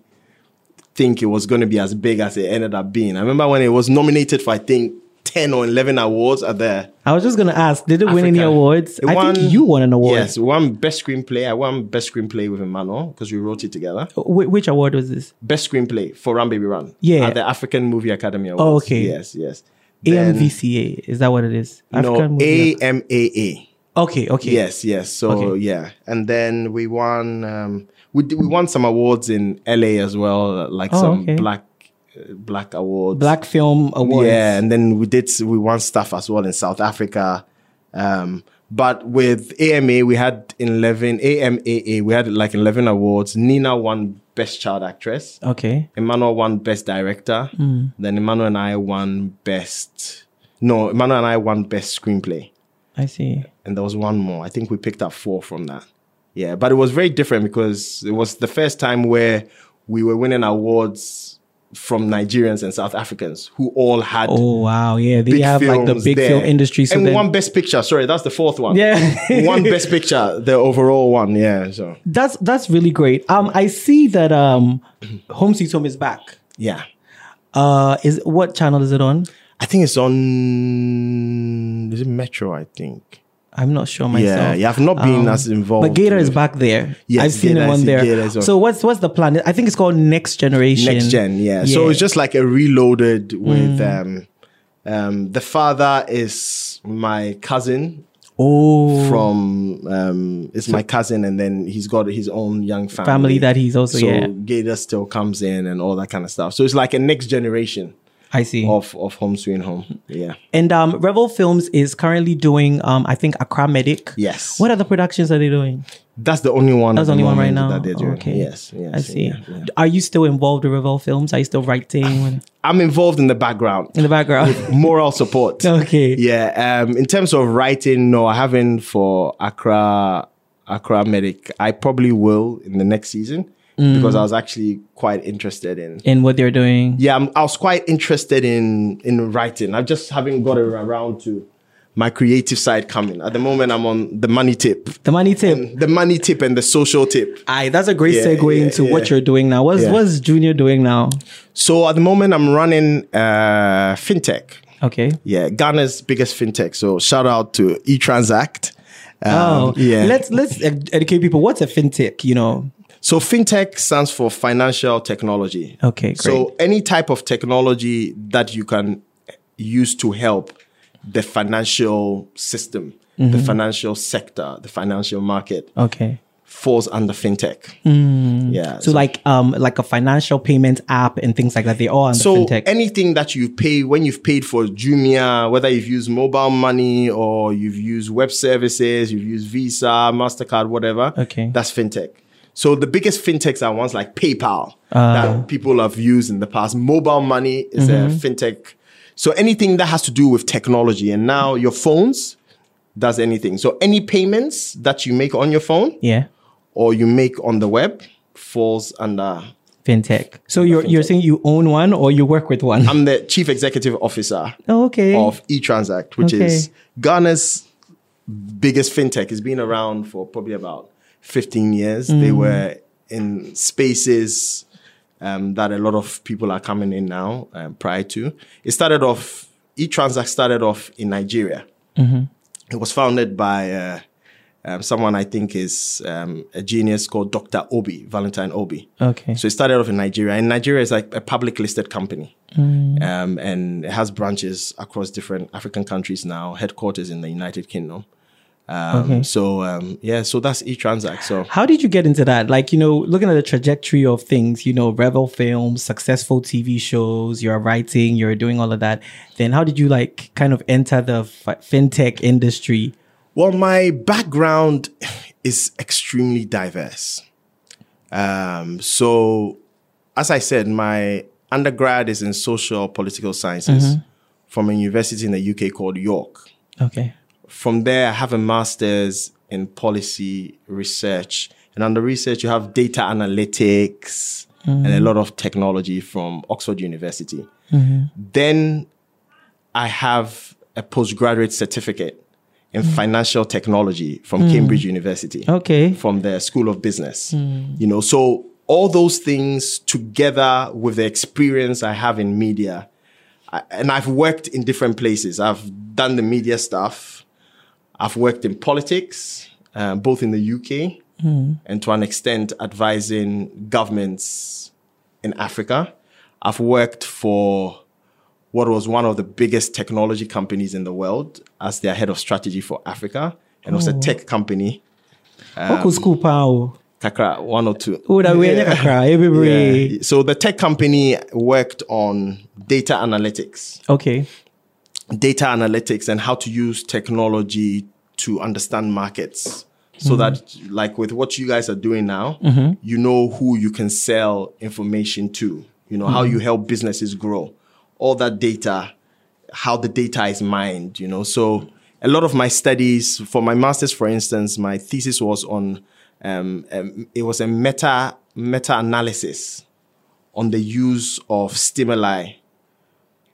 think it was going to be as big as it ended up being. I remember when it was nominated for, I think, ten or eleven awards at the
I was just gonna ask, did it win any
Africa.
awards?
It
I
won-
think you won an award.
Yes, one best screenplay. I won best screenplay with Emmanuel because we wrote it together.
Wh- which award was this?
Best screenplay for Run Baby Run.
Yeah. Oh,
at the African Movie Academy Awards.
okay.
Yes, yes. Then-
AMVCA is that what it is?
No,
Movie Awards.
AMAA.
Okay, okay.
Yes, yes. So
Okay.
yeah, and then we won. Um, we d- we won some awards in LA as well, like
Oh,
some
okay.
black uh, black awards.
Black Film Awards.
Yeah, and then we did we won stuff as well in South Africa. Um, but with AMA, we had eleven AMAA. We had like eleven awards. Nina won Best Child Actress.
Okay.
Emmanuel won Best Director.
Hmm.
Then Emmanuel and I won Best. No, Emmanuel and I won Best Screenplay
I see.
and there was one more. I think we picked up four from that. Yeah, but it was very different because it was the first time where we were winning awards from Nigerians and South Africans who all had
Oh wow, yeah. They
big
have like the
films
big
there.
film industry. So
and
then,
one best picture. Sorry, that's the fourth one.
Yeah.
one best picture, the overall one. Yeah. So
that's that's really great. Um, I see that um, Home Sweet Home is back.
yeah,
Uh, is what channel is it on?
I think it's on. Is it Metro? I think.
I'm not sure myself. Um,
Yeah, yeah. I've not been as involved.
But Gator is
with-
back there.
Yes,
I've seen
Gator,
him
I
on
see
there.
Gator as well.
So what's what's the plan? I think it's called Next Generation.
next gen yeah. so it's just like a reloaded with
Mm.
um um the father is my cousin
oh
from um it's my cousin and then he's got his own young family,
Family that he's also-
so
yeah.
gator still comes in and all that kind of stuff so it's like a next generation
I see.
of of home sweet home yeah
And um, Revel Films is currently doing um, I think Accra Medic.
Yes.
What other productions are they doing?
that's the only one
That's
at
the only one right
moment
now.
that they're doing
Okay.
yes yes
I see.
yeah, yeah.
Are you still involved with Revel Films? Are you still writing
i'm involved in the background
in the background?
moral support
okay.
Yeah. Um, in terms of writing, no, I haven't for Accra Accra Medic. I probably will in the next season
Mm.
because I was actually quite interested in.
In what they're doing.
Yeah, I'm, I was quite interested in in writing. I just haven't got around to. my creative side coming. At the moment, I'm on the money tip,
The money tip.
the money tip, and the social tip.
Aye, that's a great
Um, Yeah,
segue
yeah,
into what
yeah.
you're doing now. What's
Yeah.
what's Junior doing now?
So at the moment, I'm running uh, fintech.
Okay.
Yeah, Ghana's biggest fintech. So shout out to eTransact. Um,
Oh,
yeah.
Let's let's ed- educate people. What's a fintech? You know.
So fintech stands for financial technology.
Okay, great.
So any type of technology that you can use to help the financial system, the
Mm-hmm.
financial sector, the financial market
Okay.
falls under fintech. Yeah.
Mm. So, like um like a financial payment app and things like that. They all under
so
fintech.
anything that you pay when you've paid for Jumia, whether you've used mobile money or you've used web services, you've used Visa, Mastercard, whatever.
Okay.
that's fintech. So the biggest fintechs are ones like PayPal
Ah.
that people have used in the past. Mobile money is
Mm-hmm.
a fintech. So anything that has to do with technology, and now your phones does anything. So any payments that you make on your phone
yeah.
or you make on the web falls under
Fintech. So you're you're saying you own one or you work with one?
I'm the chief executive officer
Oh, okay.
of eTransact, which
Okay.
is Ghana's biggest fintech. It's been around for probably about 15 years. They
Mm.
were in spaces um, that a lot of people are coming in now um, prior to. It started off, eTransact started off in Nigeria.
Mm-hmm.
It was founded by uh, um, someone I think is um, a genius called Dr. Obi, Valentine Obi.
Okay.
So it started off in Nigeria, and Nigeria is like a public listed company,
Mm.
um, and it has branches across different African countries now. Headquarters in the United Kingdom. Um, So um, yeah, so that's eTransact. So
How did you get into that? Like, you know, looking at the trajectory of things, you know, Rebel Films, successful TV shows, you're writing, you're doing all of that. Then how did you like kind of enter the fi- fintech industry?
well, my background is extremely diverse. Um, so as I said, my undergrad is in social political sciences from a university in the UK called York.
Okay.
from there, I have a master's in policy research. And under research, you have data analytics and a lot of technology from Oxford University. Then I have a postgraduate certificate in financial technology from Cambridge University
Okay.
from the School of Business. You know, so all those things together with the experience I have in media, I, and I've worked in different places. I've done the media stuff. I've worked in politics, uh, both in the UK and to an extent advising governments in Africa. I've worked for what was one of the biggest technology companies in the world as their head of strategy for Africa. And it was a tech company Um,
Oku school pow.
Kakra one or two.
Oh, that way, yeah. Accra, eh, baby.
Yeah. So the tech company worked on data analytics,
Okay.
data analytics, and how to use technology to understand markets. So that, like with what you guys are doing now, you know who you can sell information to. You know how you help businesses grow. All that data, how the data is mined. You know, so a lot of my studies for my masters, for instance, my thesis was on um, um, it was a meta meta analysis on the use of stimuli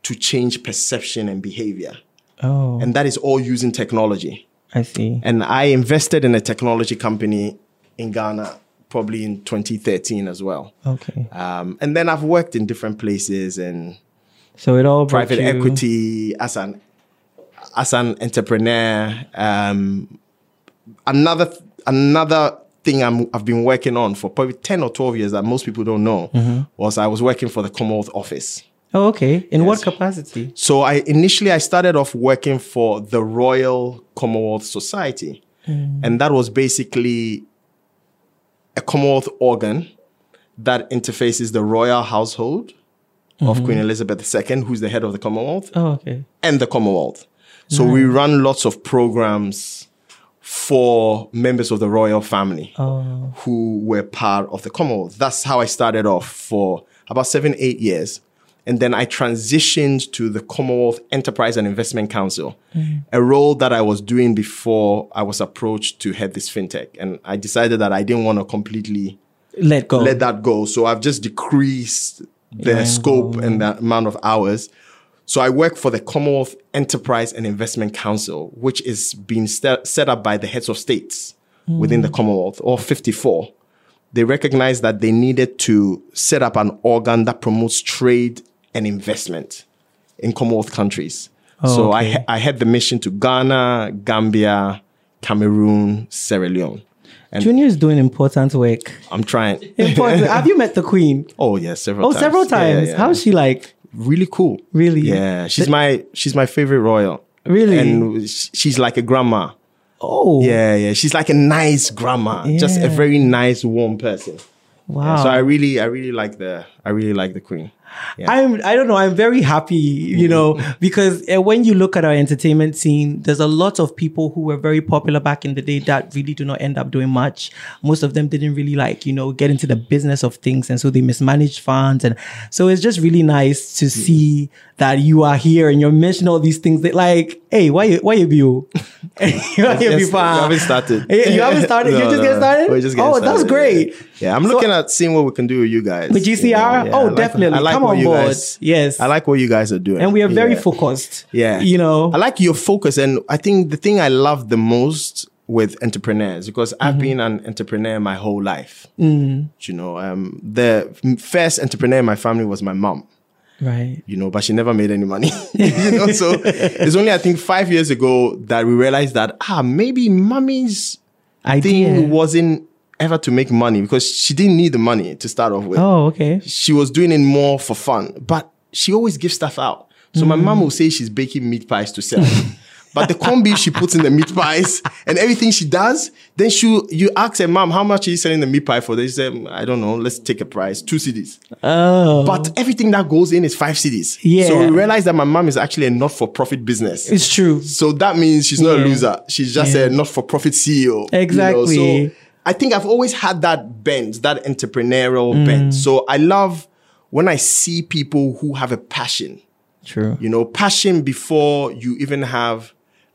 to change perception and behavior.
Oh,
And that is all using technology.
I see.
And I invested in a technology company in Ghana probably in 2013 as well.
Okay.
Um, and then I've worked in different places and
So it all brought
private
you-
equity as an as an entrepreneur. Um, another another thing I'm, I've been working on for probably 10 or 12 years that most people don't know was I was working for the Commonwealth Office.
Oh, okay. In what capacity?
So I initially I started off working for the Royal Commonwealth Society, and that was basically a Commonwealth organ that interfaces the royal household of Queen Elizabeth II, who's the head of the Commonwealth,
Oh, okay.
and the Commonwealth. So we run lots of programs for members of the royal family who were part of the Commonwealth. That's how I started off for about seven, eight years. And then I transitioned to the Commonwealth Enterprise and Investment Council, a role that I was doing before I was approached to head this fintech. And I decided that I didn't want to completely
Let go.
let that go. So I've just decreased the scope and the amount of hours So I work for the Commonwealth Enterprise and Investment Council, which is being st- set up by the heads of states within the
Hmm.
Commonwealth, or 54. They recognized that they needed to set up an organ that promotes trade and investment in Commonwealth countries.
Oh,
so I, he- I had the mission to Ghana, Gambia, Cameroon, Sierra Leone. And
Junior is doing important work.
I'm trying.
Important. Have you met the queen?
Oh yeah, several.
Oh,
times.
several
Yeah, yeah,
times.
yeah.
How's she like?
really cool.
Really?
Yeah, she's my she's my favorite royal.
Really?
and sh- she's like a grandma.
Oh,
Yeah, yeah, she's like a nice grandma, just a
Yeah. Ah.
very nice, warm person.
Wow.
So I really, I really like the, I really like the queen.
I'm I don't know, I'm very happy, you know,
Mm-hmm.
because uh, when you look at our entertainment scene, there's a lot of people who were very popular back in the day that really do not end up doing much. Most of them didn't really like, you know, get into the business of things and so they mismanaged funds and so it's just really nice
Mm-hmm.
to see that you are here and you're mentioning all these things that like, hey, why you why you be you? Why you be
Yes, we
far?
haven't started.
Eh, You haven't started?
No,
you just
no,
get started?
We're just getting
oh, that's
started.
great.
Yeah, I'm
So-
looking at seeing what we can do with you guys.
With GCR? Oh,
I
definitely.
I like
Come
what
on
you
board.
guys-
Yes.
I like what you guys are doing,
And we are very
Yeah.
focused.
Yeah.
You know.
I like your focus. And I think the thing I love the most with entrepreneurs, because I've
Mm-hmm.
been an entrepreneur my whole life. You know, um, the first entrepreneur in my family was my mom
Right.
you know, but she never made any money. you know, so it's only I think five years ago that we realized that ah, maybe mommy's
Idea.
thing wasn't ever to make money because she didn't need the money to start off with.
Oh, okay.
She was doing it more for fun, but she always gives stuff out. So my mom will say she's baking meat pies to sell. But the combi she puts in the meat pies and everything she does, then she will you ask her mom how much are you selling the meat pie for? They say "Mm, I don't know, let's take a price, two CDs.
Oh,
But everything that goes in is five cities.
Yeah.
So we realized that my mom is actually a not-for-profit business.
it's true.
so that means she's not a
Yeah.
loser. She's just a not-for-profit CEO. you know.
Exactly.
So I think I've always had that bent, that entrepreneurial
Mm.
bent. So I love when I see people who have a passion.
True.
You know, passion before you even have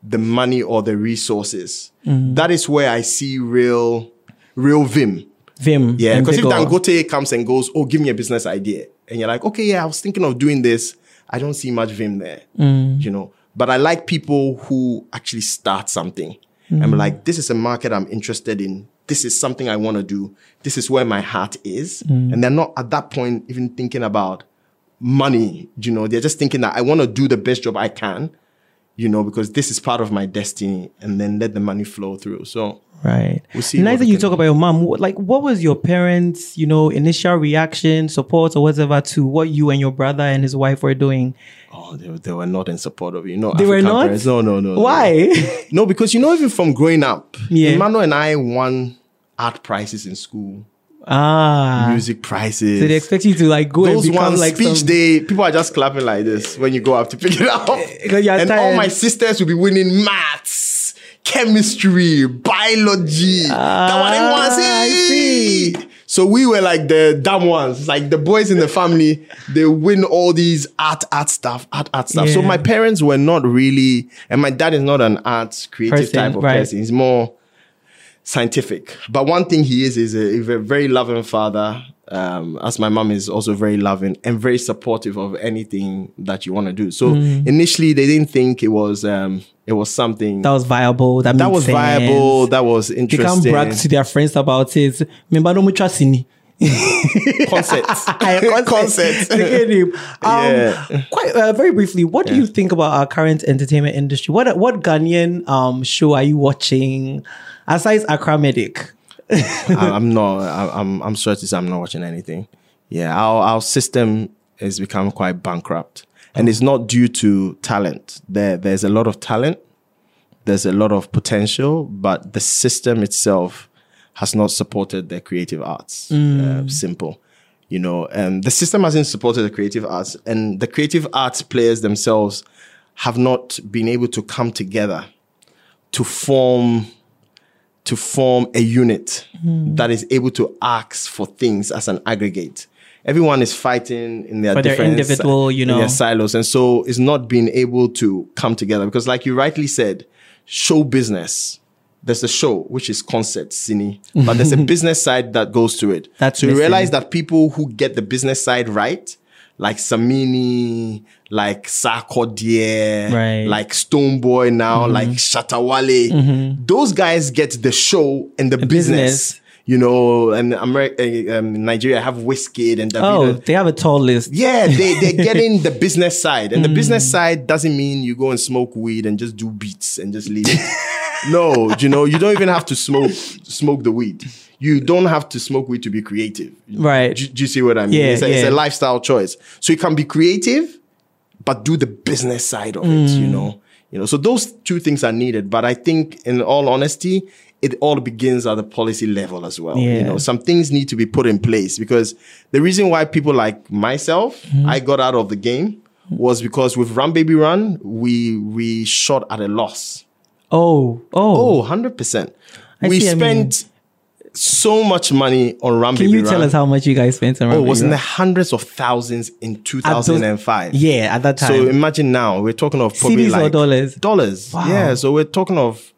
the money or the resources.
Mm.
That is where I see real, real vim.
Vim.
Yeah,
and
because if
Vigor.
Dangote comes and goes, oh, give me a business idea, and you're like, okay, yeah, I was thinking of doing this. I don't see much vim there, you know. But I like people who actually start something. I'm like, this is a market I'm interested in. This is something I want to do. This is where my heart is, and they're not at that point even thinking about money. You know, they're just thinking that I want to do the best job I can. You know, because this is part of my destiny, and then let the money flow through. So
Right.
We'll see what
nice that
we
you
can
talk
do.
about your mom. Wh- Like, what was your parents' you know initial reaction, support, or whatever to what you and your brother and his wife were doing?
Oh, they, they were not in support of it. You know,
They were
African
not?
Parents. No, no, no. no.
Why?
No, because you know, even from growing up,
Yeah.
Emmanuel and I won art prizes in school,
ah.
music prizes.
Did they expect you to like go
Those
and become
ones,
like
speech
some-
day, people are just clapping like this when you go up to pick it up.
because you're
and all
tired.
my sisters will be winning maths, chemistry, biology. that one they want to
Ah, I
see.
see.
So we were like the dumb ones, like the boys in the family. They win all these art, art stuff, art, art stuff. So
Yeah.
my parents were not really, and my dad is not an art creative
Person,
type of
right.
person. He's more scientific. But one thing he is is a, is a very loving father. Um, as my mom is also very loving and very supportive of anything that you want to do. So
Hmm.
initially, they didn't think it was um, it was something
that was viable. That,
that
made
was
sense.
viable, that was
They can
interesting.
brag to their friends about it. Remember, no much trust in me.
Concepts.
Concept. Take it in. Um,
Yeah.
Quite uh, very briefly, what do you think about our current entertainment industry? What what Ghanaian um show are you watching? Aside Accra Medic,
I- I'm not. I, I'm. I'm sure to say I'm not watching anything. Yeah, our our system has become quite bankrupt, and it's not due to talent. There, there's a lot of talent. There's a lot of potential, but the system itself has not supported the creative arts. Uh, simple, you know. Um, the system hasn't supported the creative arts, and the creative arts players themselves have not been able to come together to form to form a unit that is able to ask for things as an aggregate. Everyone is fighting in their
For their
different
individual, you
in their
know.
silos, and so it's not being able to come together because, like you rightly said, show business. There's a show which is concert, cine, but there's a business side that goes to it.
That's
so you
missing.
realize that people who get the business side right, like Samini, like Sako Deer,
Right.
like Stone Boy now, like Shatawale. Those guys get the show and the business.
business.
You know, and America, um, Nigeria have Whiskey and
Oh,
Davido.
they have a tall list.
Yeah, they, they're getting the business side. And the business side doesn't mean you go and smoke weed and just do beats and just leave it. no, you know, you don't even have to smoke smoke the weed. You don't have to smoke weed to be creative.
Right.
Do, do you see what I mean?
Yeah,
it's, a, it's
yeah.
a lifestyle choice. So you can be creative, but do the business side of it,
Mm.
you know? You know, so those two things are needed. But I think in all honesty, it all begins at the policy level as well.
Yeah.
You know, some things need to be put in place because the reason why people like myself,
Mm-hmm.
I got out of the game was because with Run Baby Run, we we shot at a loss.
Oh, oh.
Oh, 100%.
I
we
see, I mean-
spent so much money on Run
Can
Baby
you
Run.
tell us how much you guys spent on
Oh, it
Ramen
was in
Rock?
the hundreds of thousands in 2005.
Yeah, at that time.
So imagine now we're talking of
CDs
probably
or
like
dollars?
Dollars.
Wow.
Yeah. So we're talking of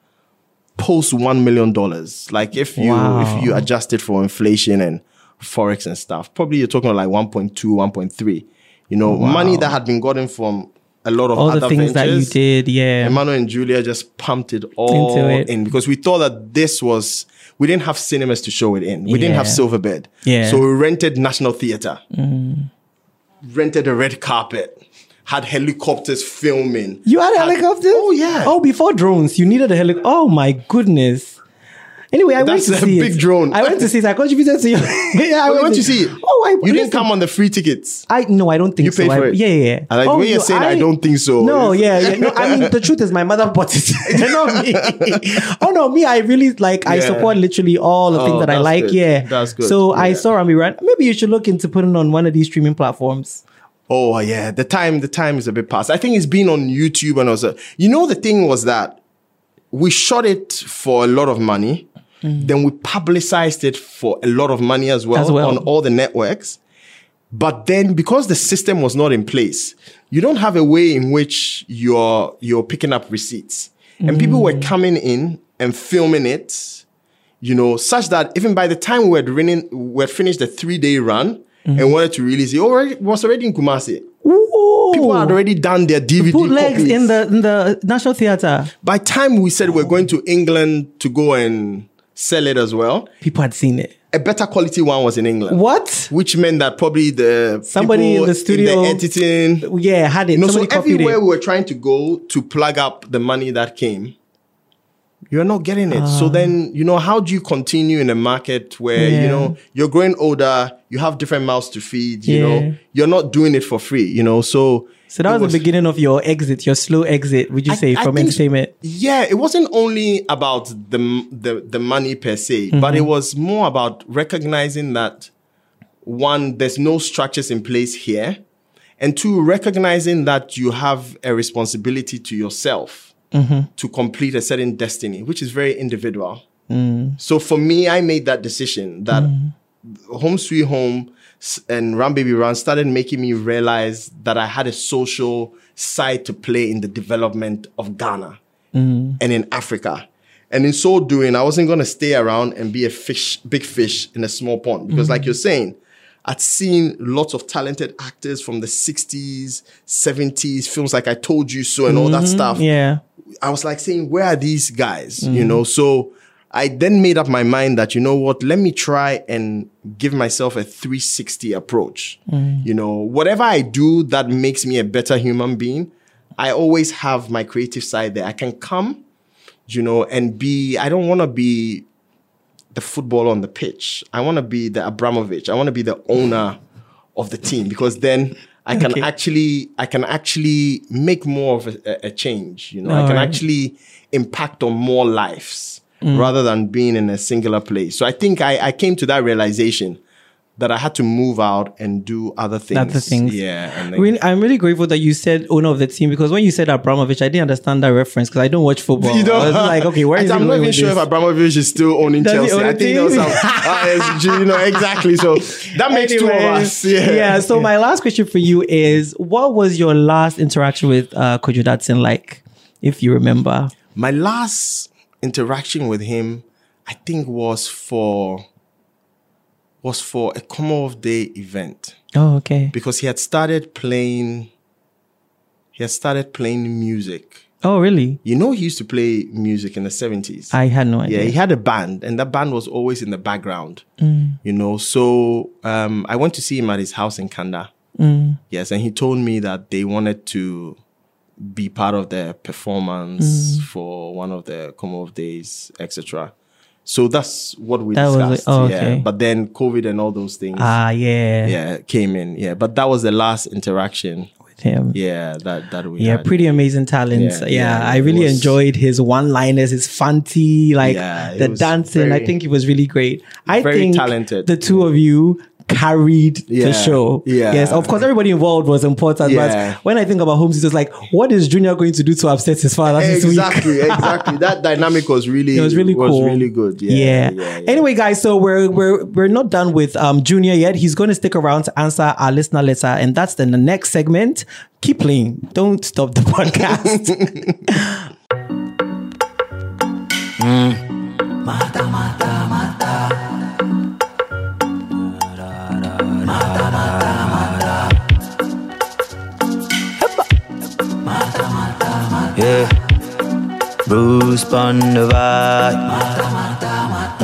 post one million dollars. Like if you
Wow.
if you adjust it for inflation and forex and stuff, probably you're talking like 1.2, 1.3. You know, money that had been gotten from a lot of
Oh, All
other
the things that you
ventures.
did, yeah.
Emmanuel and Julia just pumped it all
Into it.
in because we thought that this was we didn't have cinemas to show it in. We didn't have
Yeah.
Silverbed.
Yeah. Mm.
So we rented National Theatre. Rented a red carpet. Had helicopters filming.
You had a helicopter?
Oh yeah.
Oh, before drones, you needed a helicopter. Oh my goodness. Anyway, I
That's
went to
a
see
big
it.
drone.
I went to see it. I contributed to you. yeah,
I went to see it.
Oh, I
you didn't
listen,
come on the free tickets.
I no, I don't think
You
so.
paid for
I,
it.
Yeah, yeah. Oh,
I like the way you're saying, "I don't think so."
No, yeah, yeah. No, I mean the truth is my mother bought it. Not me. oh no, me. I really like. I
Yeah.
support literally all the
Oh,
things that I
that's
like.
good.
Yeah,
That's good.
So I
Yeah.
saw Rami Ran. Maybe you should look into putting on one of these streaming platforms.
Oh yeah, the time the time is a bit past. I think it's been on YouTube and also. You know the thing was that we shot it for a lot of money, then we publicized it for a lot of money as well,
Mm. As well.
on all the networks. But then because the system was not in place, you don't have a way in which you're you're picking up receipts. And people
Mm.
were coming in and filming it you know, such that even by the time we had, running, we had finished the three day run
Mm.
and wanted to release it, already it was already in Kumasi.
Ooh.
People had already done their DVD
bootlegs
copies.
in the in the National Theatre.
by time we said we're going to England to go and sell it as well,
People had seen it.
a better quality one was in England.
What?
Which meant that probably the
Somebody in
people
the studio-
in the editing,
Yeah, had it.
you know, so
Somebody copied
everywhere
it.
we were trying to go to plug up the money that came, you're not getting it.
Ah.
so then, you know, how do you continue in a market where,
Yeah.
you know, you're growing older, you have different mouths to feed, you
Yeah.
know, you're not doing it for free, you know? So,
So that
it
was, the beginning of your exit, your slow exit, would you say,
I
from
think-
entertainment?
Yeah, it wasn't only about the the, the money per se, but
Mm-hmm.
it was more about recognizing that one, there's no structures in place here, and two, recognizing that you have a responsibility to yourself
Mm-hmm.
to complete a certain destiny, which is very individual. So for me, I made that decision that Home Sweet Home s- and Run Baby Run started making me realize that I had a social side to play in the development of Ghana and in Africa. And in so doing, I wasn't going to stay around and be a fish, big fish in a small pond. Because, like you're saying, I'd seen lots of talented actors from the 60s, 70s, films like I Told You So and all that stuff.
Yeah.
I was like saying, where are these guys? You know, so I then made up my mind that, you know what, let me try and give myself a 360 approach. You know, whatever I do that makes me a better human being, I always have my creative side there. I can come, you know, and be, I don't want to be the football on the pitch. I want to be the Abramovich. I want to be the owner of the team because then I can
Okay.
actually I can actually make more of a, a change. You know, I can
Alright. Mm.
actually impact on more lives rather than being in a singular place. So I think I, I came to that realization that I had to move out and do other things.
Other things.
Yeah. And then-
Really, I'm really grateful that you said owner of the team because when you said Abramovich, I didn't understand that reference because I don't watch football.
You don't-
I was like, okay, where is
I'm
he
not
going
even
with
sure
this?
if Abramovich is still owning
Does he
Chelsea.
own
I
the
think there was
team?
some, Ah, yes, you know, exactly. So that makes two of
Anyways,
us. Yeah.
So my last question for you is, what was your last interaction with uh, Kojo Datsun like, if you remember?
my last interaction with him, I think was for was for a Commonwealth Day event
Oh, okay.
because he had started playing he has started playing music.
Oh, really?
You know, he used to play music in the 70s.
I had no idea.
Yeah, he had a band, and that band was always in the background.
Mm.
You know, so um, I went to see him at his house in Kanda.
Mm.
Yes, and he told me that they wanted to be part of the
Mm.
performance for one of the Commonwealth days, etc. So that's what we
That was
discussed.
it. Oh,
yeah,
okay.
but then COVID and all those things.
Ah, yeah.
yeah, came in. Yeah, but that was the last interaction.
With him.
Yeah, that that we
Yeah,
had.
pretty amazing talent. Yeah,
Yeah, yeah,
I
it
really
was-
enjoyed his one-liners, his fancy, like
Yeah, it
the
was
dancing. I
very-
think it was really great. I
very
think
talented.
the two of you carried the
Yeah,
show.
yeah.
Yes, of course, everybody involved was important.
Yeah.
But when I think about Holmes, it's just like, what is Junior going to do to upset his father this week?
Exactly, exactly. That dynamic was really
It was really cool.
really good. Yeah. yeah, yeah.
Anyway, guys, so we're we're we're not done with um Junior yet. He's going to stick around to answer our listener letter, and that's then the next segment. Keep playing. Don't stop the podcast.
yeah. Bruce Bandavai.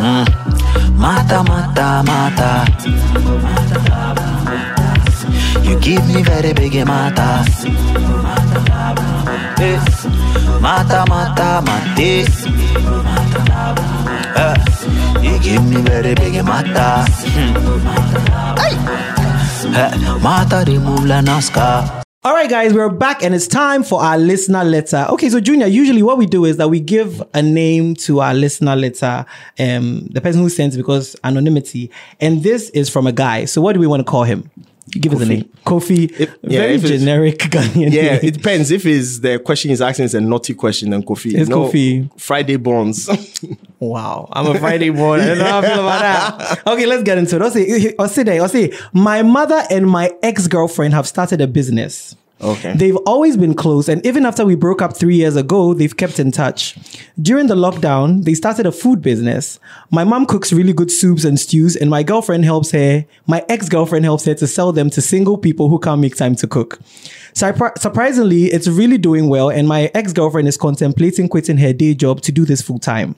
Mm. Mata, mata, mata. You give me very big mata. Eh. Mata, mata, mate. Eh. You give me very big mata. Hmm. Hey. Eh. Mata remove la Nazca.
All right, guys, we're back, and it's time for our listener letter. Okay, so Junior, usually what we do is that we give a name to our listener letter, um, the person who sends because anonymity, and this is from a guy. So, what do we want to call him? You give us a name, Kofi.
If- yeah,
Very
if it's-
generic Ghanaian.
Yeah,
name.
it depends. If it's the question is asking is a naughty question, then Kofi.
It's Kofi.
Friday bonds.
Wow, I'm a Friday boy. I don't know how I feel about that. Okay, let's get into it. Osei, Osei, Osei. My mother and my ex girlfriend have started a business.
Okay.
They've always been close, and even after we broke up three years ago, they've kept in touch. During the lockdown, they started a food business. My mom cooks really good soups and stews, and my girlfriend helps her, my ex girlfriend helps her to sell them to single people who can't make time to cook. Surpri- surprisingly, it's really doing well, and my ex girlfriend is contemplating quitting her day job to do this full time.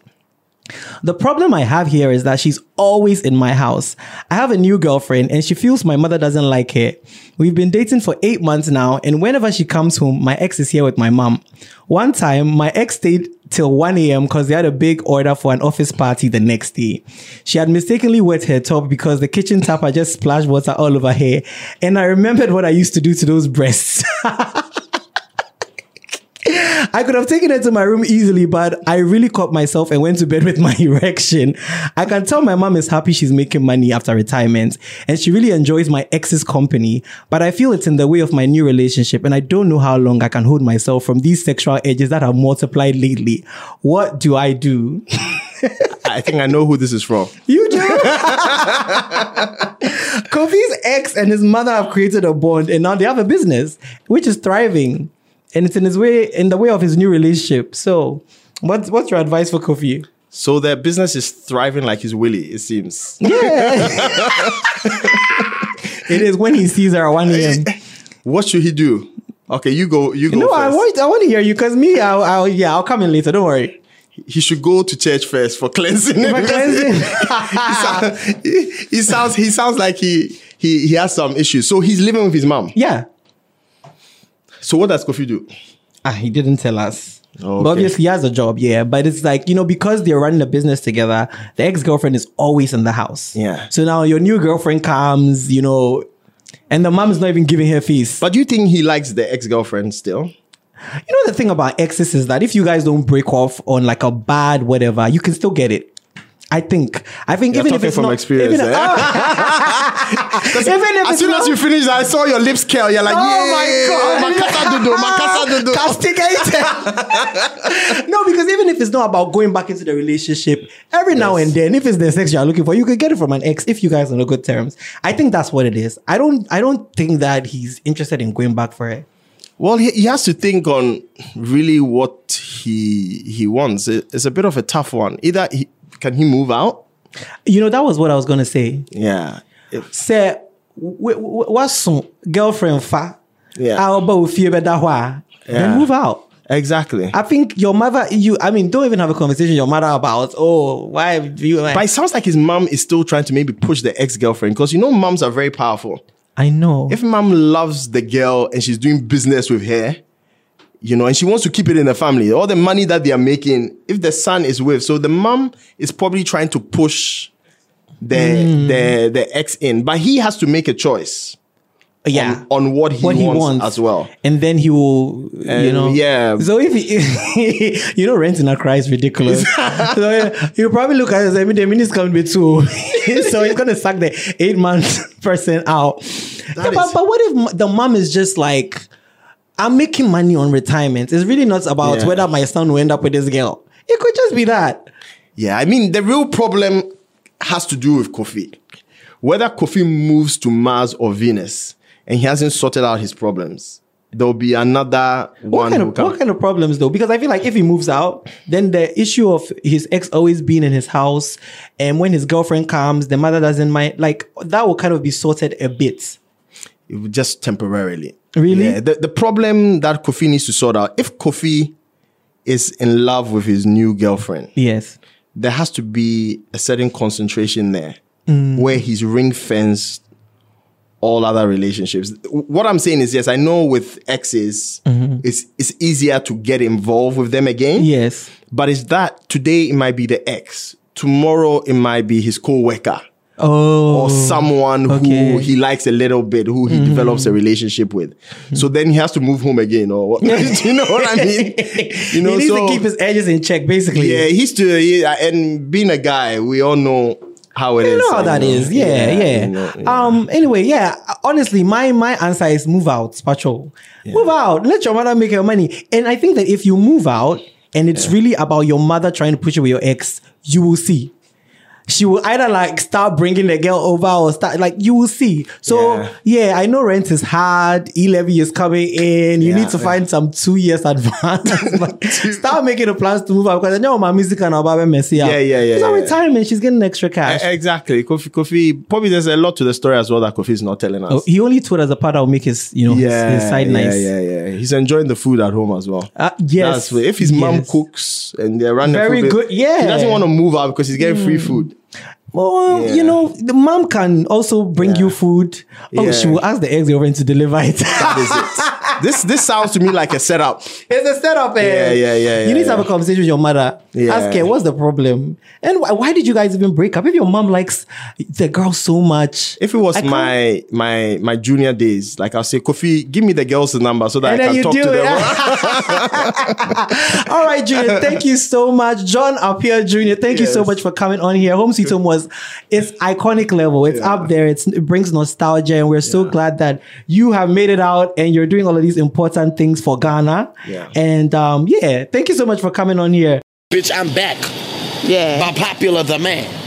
The problem I have here is that she's always in my house. I have a new girlfriend and she feels my mother doesn't like her. We've been dating for eight months now, and whenever she comes home, my ex is here with my mom. One time, my ex stayed till 1 a.m. because they had a big order for an office party the next day. She had mistakenly wet her top because the kitchen tap had just splashed water all over her, and I remembered what I used to do to those breasts. I could have taken it to my room easily, but I really caught myself and went to bed with my erection. I can tell my mom is happy she's making money after retirement and she really enjoys my ex's company, but I feel it's in the way of my new relationship and I don't know how long I can hold myself from these sexual edges that have multiplied lately. What do I do?
I think I know who this is from.
You do. Kofi's ex and his mother have created a bond, and now they have a business which is thriving, and it's in his way, in the way of his new relationship. So, what's what's your advice for Kofi?
So their business is thriving like his willy, it seems.
Yeah, it is when he sees her at one a.m.
What should he do? Okay, you go. You go
No,
first.
I want I want to hear you because me, I'll, I'll yeah, I'll come in later. Don't worry.
he should go to church first for cleansing.
For cleansing.
he, sound- he sounds. He sounds like he he he has some issues. So he's living with his mom.
yeah.
So what does Kofi do?
Ah, he didn't tell us. But
Okay.
obviously, he has a job, yeah. But it's like, you know, because they're running a business together, the ex girlfriend is always in the house.
Yeah.
So now your new girlfriend comes, you know, and the mom's not even giving her face. But
But do you think he likes the ex girlfriend still?
you know, the thing about exes is that if you guys don't break off on like a bad whatever, you can still get it. I think. I think
You're
even if
talking
it's
from
not,
experience,
Even, Ah!
eh?
even if
As
it's
soon
not,
as you finished, I saw your lips curl. You're like,
Oh my
yeah, Makasa
god!
dodo, Makasa dodo.
Castigated. no, because even if it's not about going back into the relationship, every now and then, if it's the sex you are looking for, you could get it from an ex if you guys are on good terms. I think that's what it is. I don't. I don't think that he's interested in going back for it.
Well, he, he has to think on really what he he wants. It- it's a bit of a tough one. Either he, can he move out?
You know, that was what I was gonna say.
Yeah. It's,
Say, what's some girlfriend fa? Ah,
Yeah.
I'll buy a few better Then move out.
Exactly.
I think your mother, you, I mean, don't even have a conversation with your mother about, oh, why do you.
but it sounds like his mom is still trying to maybe push the ex girlfriend because you know moms are very powerful.
I know.
If mom loves the girl and she's doing business with her, you know, and she wants to keep it in the family, all the money that they are making, if the son is with, so the mom is probably trying to push the
Mm.
the the ex in, but he has to make a choice
yeah.
on what he, wants, as well.
And then he will, you
Um,
know.
yeah.
So if he, you know, renting a car is ridiculous. so yeah, he'll probably look at it and say, "Me, the minutes coming to be too. so he's going to suck the eight month person out. Yeah, but,
is-
but what if m- the mom is just like, I'm making money on retirement. It's really not about
Yeah.
whether my son will end up with this girl. It could just be that.
Yeah, I mean, the real problem has to do with Kofi. Whether Kofi moves to Mars or Venus and he hasn't sorted out his problems, there'll be another
What
one
kind,
who
of, what
comes.
kind of problems though? Because I feel like if he moves out, then the issue of his ex always being in his house, and when his girlfriend comes, the mother doesn't mind. Like that will kind of be sorted a bit.
It will just temporarily.
Really?
Yeah, the, the problem that Kofi needs to sort out, if Kofi is in love with his new girlfriend,
Yes.
there has to be a certain concentration there where he's ring fenced all other relationships. What I'm saying is, yes, I know with exes, it's it's easier to get involved with them again.
Yes.
But it's that today it might be the ex, tomorrow it might be his co-worker
Oh.
or someone who
okay. Mm-hmm.
he likes a little bit, who he develops a relationship with. So then he has to move home again, or what? you know what I mean? You know,
he needs
so
to keep his edges in check, basically.
yeah, he's still he, and being a guy, we all know how it is.
You know how that
you know.
is, yeah, yeah.
you know, yeah.
Um. Anyway, yeah. Honestly, my my answer is move out, Spacho. Move out. Let your mother make her money. And I think that if you move out, and it's really about your mother trying to push you with your ex, you will see. She will either like start bringing the girl over or start like you will see. So yeah, I know rent is hard. E levy is coming in. You
Yeah.
need to find some two years advance. but start making the plans to move out because I know my music and Obama messy up.
Yeah, yeah, yeah,
It's not
yeah.
retirement. She's getting extra cash.
E- exactly. Kofi, Kofi, probably there's a lot to the story as well that Kofi is not telling us.
Oh, he only told us the part that will make his, you know, his- his, side
yeah,
nice.
Yeah, yeah, He's enjoying the food at home as well.
Uh, yes.
That's what- if his mom
Yes.
cooks and they're running
Very
food,
good,
he
yeah. Mm.
doesn't want to move out because he's getting free food.
Well,
Yeah.
you know, the mom can also bring you food. Oh,
Yeah.
she will ask the ex-girlfriend to deliver it.
That is it. this this sounds to me like a setup.
it's a setup. eh?
Yeah, yeah, yeah, yeah,
You need to have
yeah.
a conversation with your mother.
Yeah.
Ask her what's the problem, and why, why did you guys even break up? If your mom likes the girl so much,
If it was
I can't-
my my my junior days, like I'll say, Kofi, give me the girl's number so that
And
I
then
can
you
talk
do
to
it.
them.
All right, Junior. Thank you so much, John Appiah Junior. Thank you so
Yes.
much for coming on here. Home Sweet Home was it's iconic level. It's up there. It's, it brings nostalgia, and we're so glad that you have made it out and you're doing all of these important things for Ghana.
Yeah.
And um, yeah, thank you so much for coming on here.
Bitch, I'm back.
Yeah.
I'm popular the man.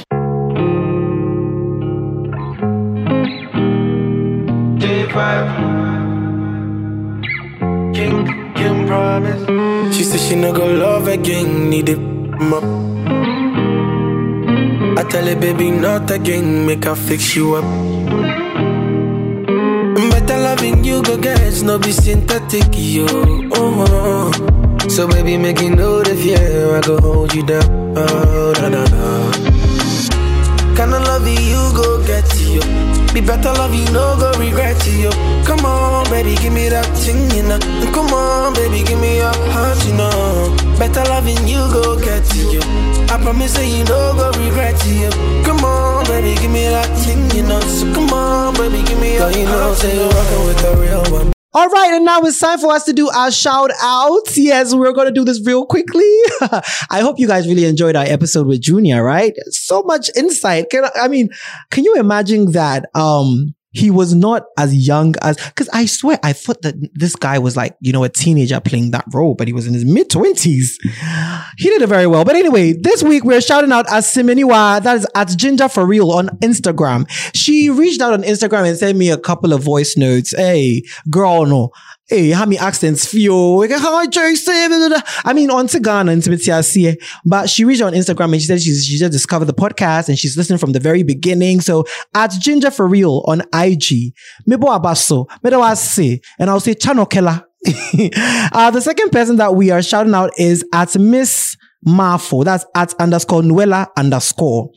She said she no go love again, need it m- up. I tell her baby not again, make her fix you up. Better loving you go get, no be synthetic, yo. Oh, oh, oh. So baby make you know the fear, I go hold you down. Oh, da, da, da. Kind of love you go get to you. Be better love you, no go regret to you. Come on, baby, give me that thing, you know. Come on, baby, give me your heart, you know. Better loving you go get to you. I promise that you no go regret to you. Come on, baby, give me that thing, you know. So come on, baby, give me your heart. You know, say you're rocking with the real one.
All right, and now it's time for us to do our shout outs. Yes, we're going to do this real quickly. I hope you guys really enjoyed our episode with Junior, right? So much insight. Can I, I mean, can you imagine that? Um, he was not as young as, cause I swear, I thought that this guy was like, you know, a teenager playing that role, but he was in his mid twenties. He did it very well. But anyway, this week we're shouting out Asiminiwa, that is at Ginger for Real on Instagram. She reached out on Instagram and sent me a couple of voice notes. Hey, girl, no. Hey, how many accents feel? How Jason? I mean, on to Ghana and to But she reached out on Instagram and she said she's, she just discovered the podcast and she's listening from the very beginning. So at Ginger for Real on IG, Mebo Abaso, Medo Ase, and I'll say Chano Kela. uh, the second person that we are shouting out is at Miss Marfo. That's at underscore Nuela underscore.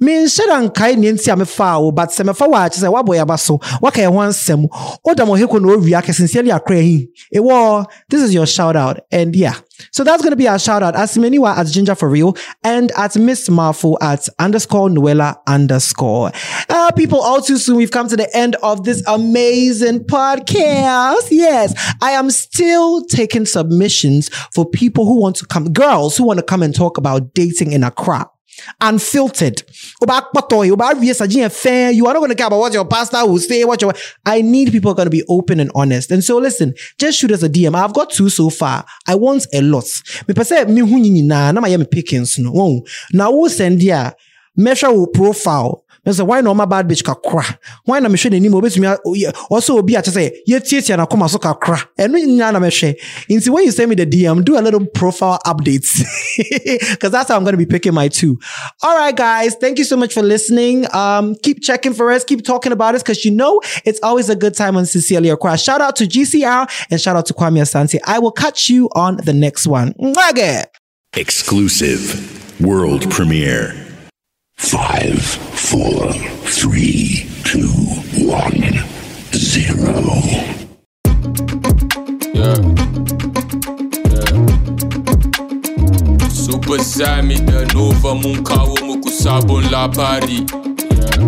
Min shadan kai ni nti amefa o, but se mefa wa chise wa boya baso. Wa kai wan sem. Oda mo heko no ria ke sincerely akra hin. Ewo, this is your shout out. And yeah. So that's gonna be our shout out. As Meniwa at Ginger for Real and at Miss Marfo at underscore Nuela underscore. Uh, people, all too soon we've come to the end of this amazing podcast. Yes, I am still taking submissions for people who want to come, girls who want to come and talk about dating in Accra. Unfiltered. Oba akpatoyi, oba awie saji efe. You are not going to care about what your pastor will say, what your. I need people who are going to be open and honest. And so, listen, just shoot us a DM. I've got two so far. I want a lot. Me pese me hu nyina na ma ye me pickings no. Won. Na wo send dia measure wo profile. Me say why no my bad bitch kakra. Why na me hwe n'anim obetumi also obi a say ye tietia na koma so kakra. Eno nyina na me hwe. Nti when you send me the DM, do a little profile updates. Cuz that's how I'm going to be picking my two. All right guys, thank you so much for listening. Um keep checking for us, keep talking about us cuz you know it's always a good time on Sincerely Accra. Shout out to GCR and shout out to Kwame Asante. I will catch you on the next one. Mwage.
Exclusive. World premiere. Five, four, three, two, one, zero.
Yeah. Yeah. Super Sami da Nova mun kawo muku sabon labari. Yeah.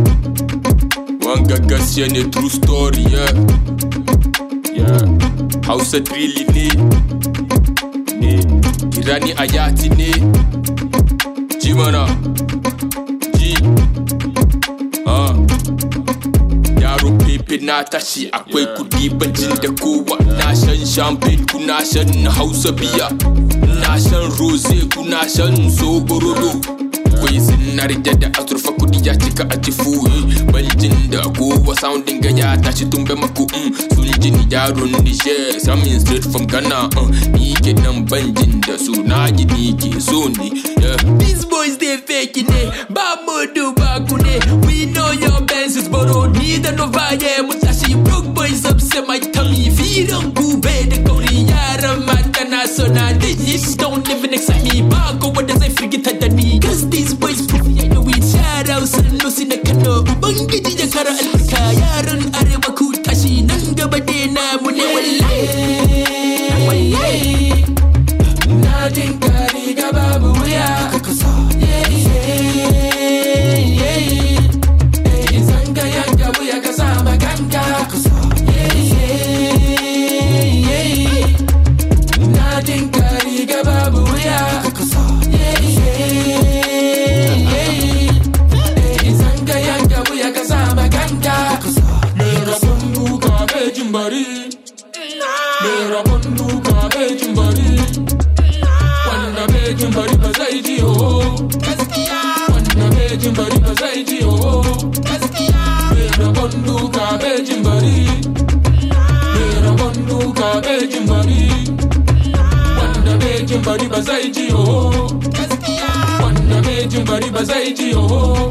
Wanga gaskiya ne e true story. Yeah. Yeah. Hausa Drilli ne. Ne. Irani Ayati ne. Ji mana. Ji. Ah. yaro pepe na tashi akwai kudi ban jin da kowa na shan champagne kuna shan hausa biya na shan rose kuna shan sogorodo kwai zinarja da azurfa kudi ya cika a jifuyi ban jin da kowa soundin ga ya tashi tumbe maku mm. sun jin yaron nishe samin straight from ghana uh. ni ke nan ban jin da su na ji ni eh. ke so ne yeah. these boys they fake it eh. ba mu duba ku ne eh? we know your best is borrowed neither no eh? vaye mutashi you broke boys up say my tongue if you don't go bed the kori yara mata na so na this don't even excite me ba go what does i forget that me cause these boys prove yeah know we shout out sun no sin da kano ubangiji ya kara albarka yaran arewa ku tashi nan gaba dai na mu ne wallahi wallahi na jin kari ga babu wuya yeah yeah yeah Izanga yanga buya kasama ganga Yeah, yeah, yeah Nadin kari gababu buya Yeah, yeah, yeah Izanga yanga buya kasama ganga Mera bundu kabe jumbari Mera bundu kabe jumbari Wanda be jumbari ba zai ji ho Wanda be jumbari ba zai ji ho Mera bondu kabejin bari Mera bondu kabejin bari Wanda bejin bari ba zai ji yo Wanda bejin bari ba zai ji yo